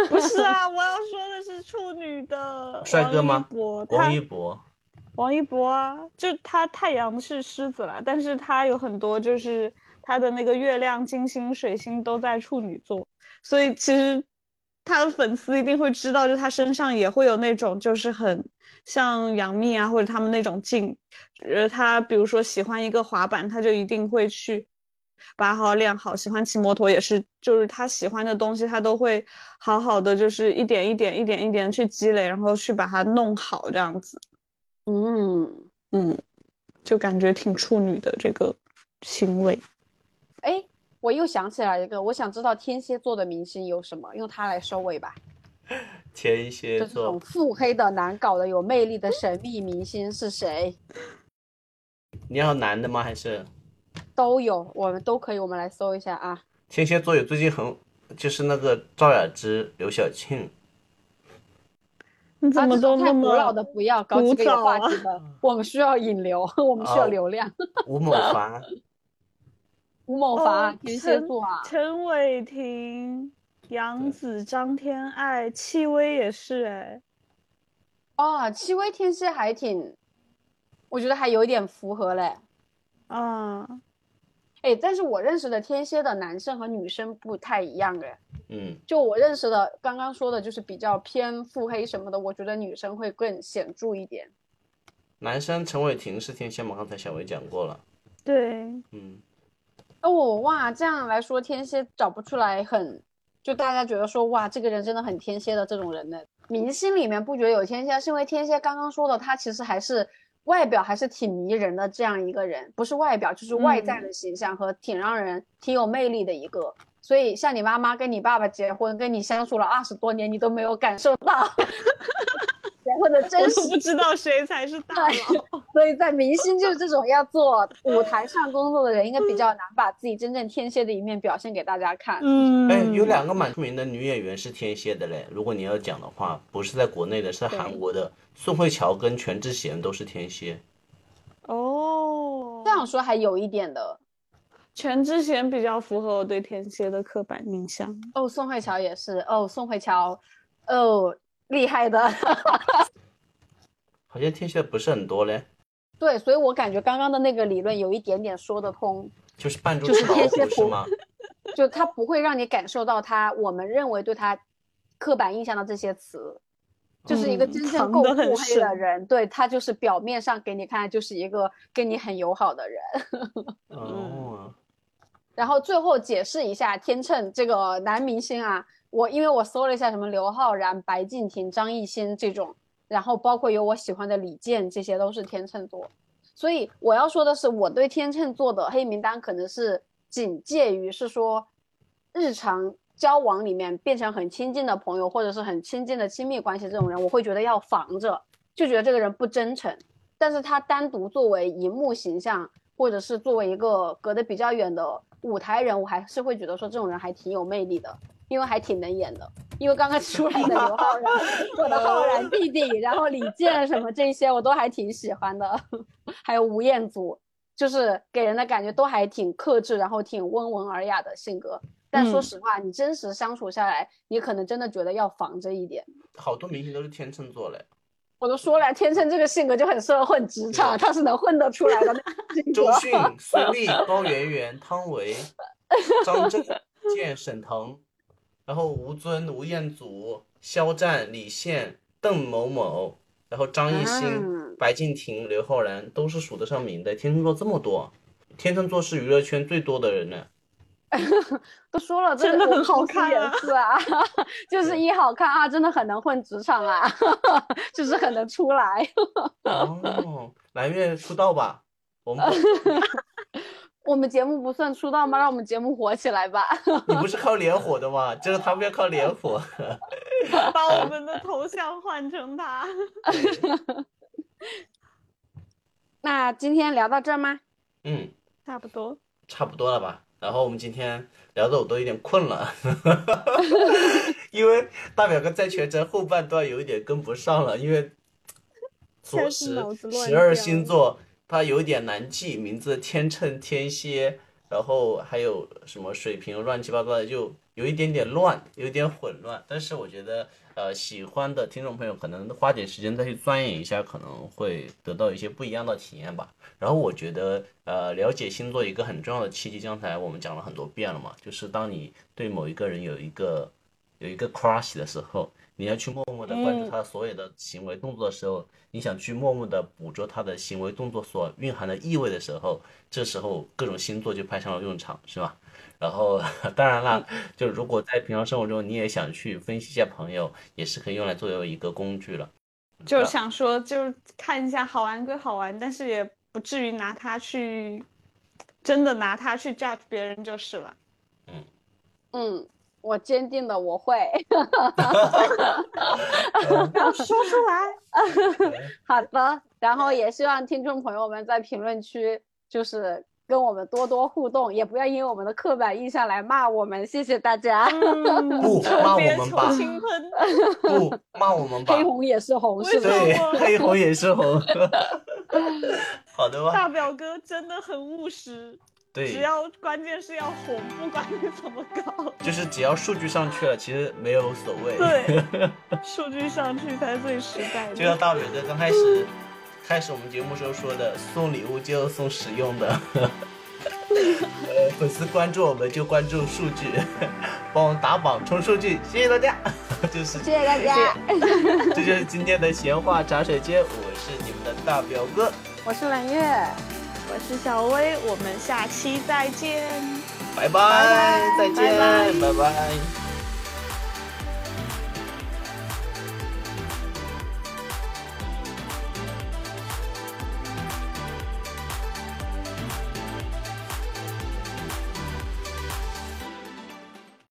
Speaker 3: 不是啊，我要说的是处女的
Speaker 1: 帅哥
Speaker 3: 王一
Speaker 1: 吗
Speaker 3: 博，他
Speaker 1: 王一博。
Speaker 3: 王一博啊，就他太阳是狮子啦，但是他有很多就是他的那个月亮、金星、水星都在处女座，所以其实他的粉丝一定会知道，就他身上也会有那种就是很像杨幂啊，或者他们那种劲，呃，他比如说喜欢一个滑板，他就一定会去把好练好，喜欢骑摩托也是，就是他喜欢的东西，他都会好好的，就是一点一点、一点一点去积累，然后去把它弄好这样子。
Speaker 2: 嗯，
Speaker 3: 嗯，就感觉挺处女的这个行为。
Speaker 2: 哎，我又想起来一个，我想知道天蝎座的明星有什么，用它来收尾吧。
Speaker 1: 天蝎
Speaker 2: 就这
Speaker 1: 座，
Speaker 2: 种腹黑的、难搞的、有魅力的神秘明星是谁？
Speaker 1: 你要男的吗？还是
Speaker 2: 都有，我们都可以，我们来搜一下啊。
Speaker 1: 天蝎座有最近很就是那个赵雅芝、刘晓庆，
Speaker 3: 你怎
Speaker 2: 啊
Speaker 3: 么
Speaker 2: 这
Speaker 3: 都
Speaker 2: 种太
Speaker 3: 那
Speaker 2: 古
Speaker 3: 么
Speaker 2: 老的不要搞
Speaker 3: 古
Speaker 2: 这个有
Speaker 3: 早
Speaker 2: 话
Speaker 3: 啊
Speaker 2: 题的，我们需要引流，我们需要
Speaker 1: 哦
Speaker 2: 流量。
Speaker 1: 吴 某凡。
Speaker 2: 吴某凡啊
Speaker 3: 哦，
Speaker 2: 天蝎座啊，
Speaker 3: 陈伟霆、杨紫、张天爱、戚薇也是哎，
Speaker 2: 哦，戚薇天蝎还挺，我觉得还有一点符合嘞。
Speaker 3: 啊，
Speaker 2: 哎，但是我认识的天蝎的男生和女生不太一样哎。
Speaker 1: 嗯，
Speaker 2: 就我认识的，刚刚说的就是比较偏腹黑什么的，我觉得女生会更显著一点。
Speaker 1: 男生陈伟霆是天蝎吗？刚才小薇讲过了。
Speaker 3: 对，
Speaker 1: 嗯，
Speaker 2: 哦，哇，这样来说，天蝎找不出来很，就大家觉得说，哇，这个人真的很天蝎的这种人呢。明星里面不觉得有天蝎，是因为天蝎刚刚说的，他其实还是外表还是挺迷人的这样一个人，不是外表就是外在
Speaker 3: 嗯
Speaker 2: 的形象和挺让人挺有魅力的一个。所以像你妈妈跟你爸爸结婚，跟你相处了二十多年，你都没有感受到 结婚的
Speaker 3: 我
Speaker 2: 真实
Speaker 3: 都不知道谁才是大佬。
Speaker 2: 所以在明星就是这种要做舞台上工作的人，应该比较难把自己真正天蝎的一面表现给大家看。
Speaker 3: 嗯，
Speaker 1: 哎，有两个蛮出名的女演员是天蝎的嘞。如果你要讲的话，不是在国内的，是韩国的，宋慧乔跟全智贤都是天蝎。
Speaker 3: 哦，
Speaker 2: 这样说还有一点的，
Speaker 3: 全智贤比较符合我对天蝎的刻板印象。
Speaker 2: 哦，宋慧乔也是。哦，宋慧乔，哦，厉害的。
Speaker 1: 好像天蝎的不是很多嘞，
Speaker 2: 对，所以我感觉刚刚的那个理论有一点点说得通，
Speaker 1: 就是扮猪
Speaker 2: 就是
Speaker 1: 吃老
Speaker 2: 天蝎
Speaker 1: 虎是
Speaker 2: 座
Speaker 1: 吗？
Speaker 2: 就它不会让你感受到它我们认为对它刻板印象的这些词，就是一个
Speaker 3: 嗯
Speaker 2: 真正
Speaker 3: 藏
Speaker 2: 够
Speaker 3: 得很
Speaker 2: 腹黑的
Speaker 3: 深
Speaker 2: 人，对他就是表面上给你看就是一个跟你很友好的人。嗯
Speaker 1: 哦，
Speaker 2: 然后最后解释一下天秤这个男明星啊，我因为我搜了一下什么刘昊然、白敬亭、张艺兴这种，然后包括有我喜欢的李健，这些都是天秤座。所以我要说的是，我对天秤座的黑名单可能是仅介于是说日常交往里面变成很亲近的朋友，或者是很亲近的亲密关系这种人，我会觉得要防着，就觉得这个人不真诚。但是他单独作为荧幕形象，或者是作为一个隔得比较远的舞台人，我还是会觉得说这种人还挺有魅力的，因为还挺能演的。因为刚刚出来的刘昊然，我的昊然弟弟，然后李健什么这些，我都还挺喜欢的，还有吴彦祖，就是给人的感觉都还挺克制，然后挺温文尔雅的性格。但说
Speaker 3: 嗯
Speaker 2: 实话，你真实相处下来，你可能真的觉得要防着一点。
Speaker 1: 好多明星都是天秤座嘞，
Speaker 2: 我都说了，天秤这个性格就很适合混职场，他是能混得出来的那种性格
Speaker 1: 周迅、苏丽、高圆圆、汤唯、张震、健、沈腾，然后吴尊、吴彦祖、肖战、李现、邓某某，然后张艺兴、
Speaker 2: 嗯
Speaker 1: 白敬亭、刘昊然都是数得上名的。天秤座这么多，天秤座是娱乐圈最多的人呢。
Speaker 2: 都说了，
Speaker 3: 真的很好看
Speaker 2: 啊
Speaker 3: 啊！
Speaker 2: 是啊， 就是一好看啊，真的很能混职场啊， 就是很能出来。
Speaker 1: 哦，蓝月出道吧，我们不
Speaker 2: 我们节目不算出道吗？让我们节目火起来吧！
Speaker 1: 你不是靠脸火的吗？就是他们要靠脸火。
Speaker 3: 把我们的头像换成他。
Speaker 2: 那今天聊到这儿吗？
Speaker 1: 嗯，
Speaker 3: 差不多，
Speaker 1: 差不多了吧？然后我们今天聊的我都有点困了， 因为大表哥在全程后半段有一点跟不上了，因为左
Speaker 3: 开始
Speaker 1: 十
Speaker 3: 脑子乱
Speaker 1: 十二
Speaker 3: 掉
Speaker 1: 星座它有点难记，名字天秤、天蝎，然后还有什么水瓶，乱七八糟的，就有一点点乱，有一点混乱。但是我觉得，呃，喜欢的听众朋友可能花点时间再去钻研一下，可能会得到一些不一样的体验吧。然后我觉得，呃，了解星座一个很重要的契机，刚才我们讲了很多遍了嘛，就是当你对某一个人有一个有一个 crush 的时候，你要去默默的关注
Speaker 3: 嗯
Speaker 1: 他所有的行为动作的时候，你想去默默的捕捉他的行为动作所蕴含的意味的时候，这时候各种星座就派上了用场，是吧？然后 当然啦，
Speaker 3: 嗯
Speaker 1: 就如果在平常生活中你也想去分析一下朋友，也是可以用来作为一个工具了。
Speaker 3: 就
Speaker 1: 嗯
Speaker 3: 是想说，就是看一下好玩归好玩，但是也不至于拿它去，真的拿它去 judge 别人就是了。
Speaker 2: 嗯，我坚定的我会。
Speaker 3: 要说出来。
Speaker 2: 好的，然后也希望听众朋友们在评论区就是跟我们多多互动，也不要因为我们的刻板印象来骂我们，谢谢大家。
Speaker 3: 嗯，
Speaker 1: 不骂
Speaker 3: 求
Speaker 1: 我
Speaker 3: 别
Speaker 1: 们
Speaker 3: 求
Speaker 1: 吧
Speaker 3: 亲婚，
Speaker 1: 不骂我们吧
Speaker 2: 黑，红也是红，
Speaker 3: 为
Speaker 2: 是
Speaker 3: 什么
Speaker 1: 对，
Speaker 2: 吧？
Speaker 3: 我
Speaker 1: 黑红也是红。 好的吧，
Speaker 3: 大表哥真的很务实，只
Speaker 1: 对，
Speaker 3: 要关键是要红，不管你怎么搞，
Speaker 1: 就是只要数据上去了，其实没有所谓。
Speaker 3: 对， 数据上去才最实在
Speaker 1: 就像
Speaker 3: 的。
Speaker 1: 大伟哥刚开始开始我们节目时候说的，送礼物就送实用的。 呃，粉丝关注我们就关注数据，帮我们打榜冲数据，谢谢大家。 就是
Speaker 2: 谢谢大家，
Speaker 1: 这就是今天的闲话茶水间，我是你们的大表哥，
Speaker 2: 我是蓝月。
Speaker 3: 我是小薇，我们下期再见。
Speaker 1: 拜拜，再见，
Speaker 3: 拜拜
Speaker 1: 拜拜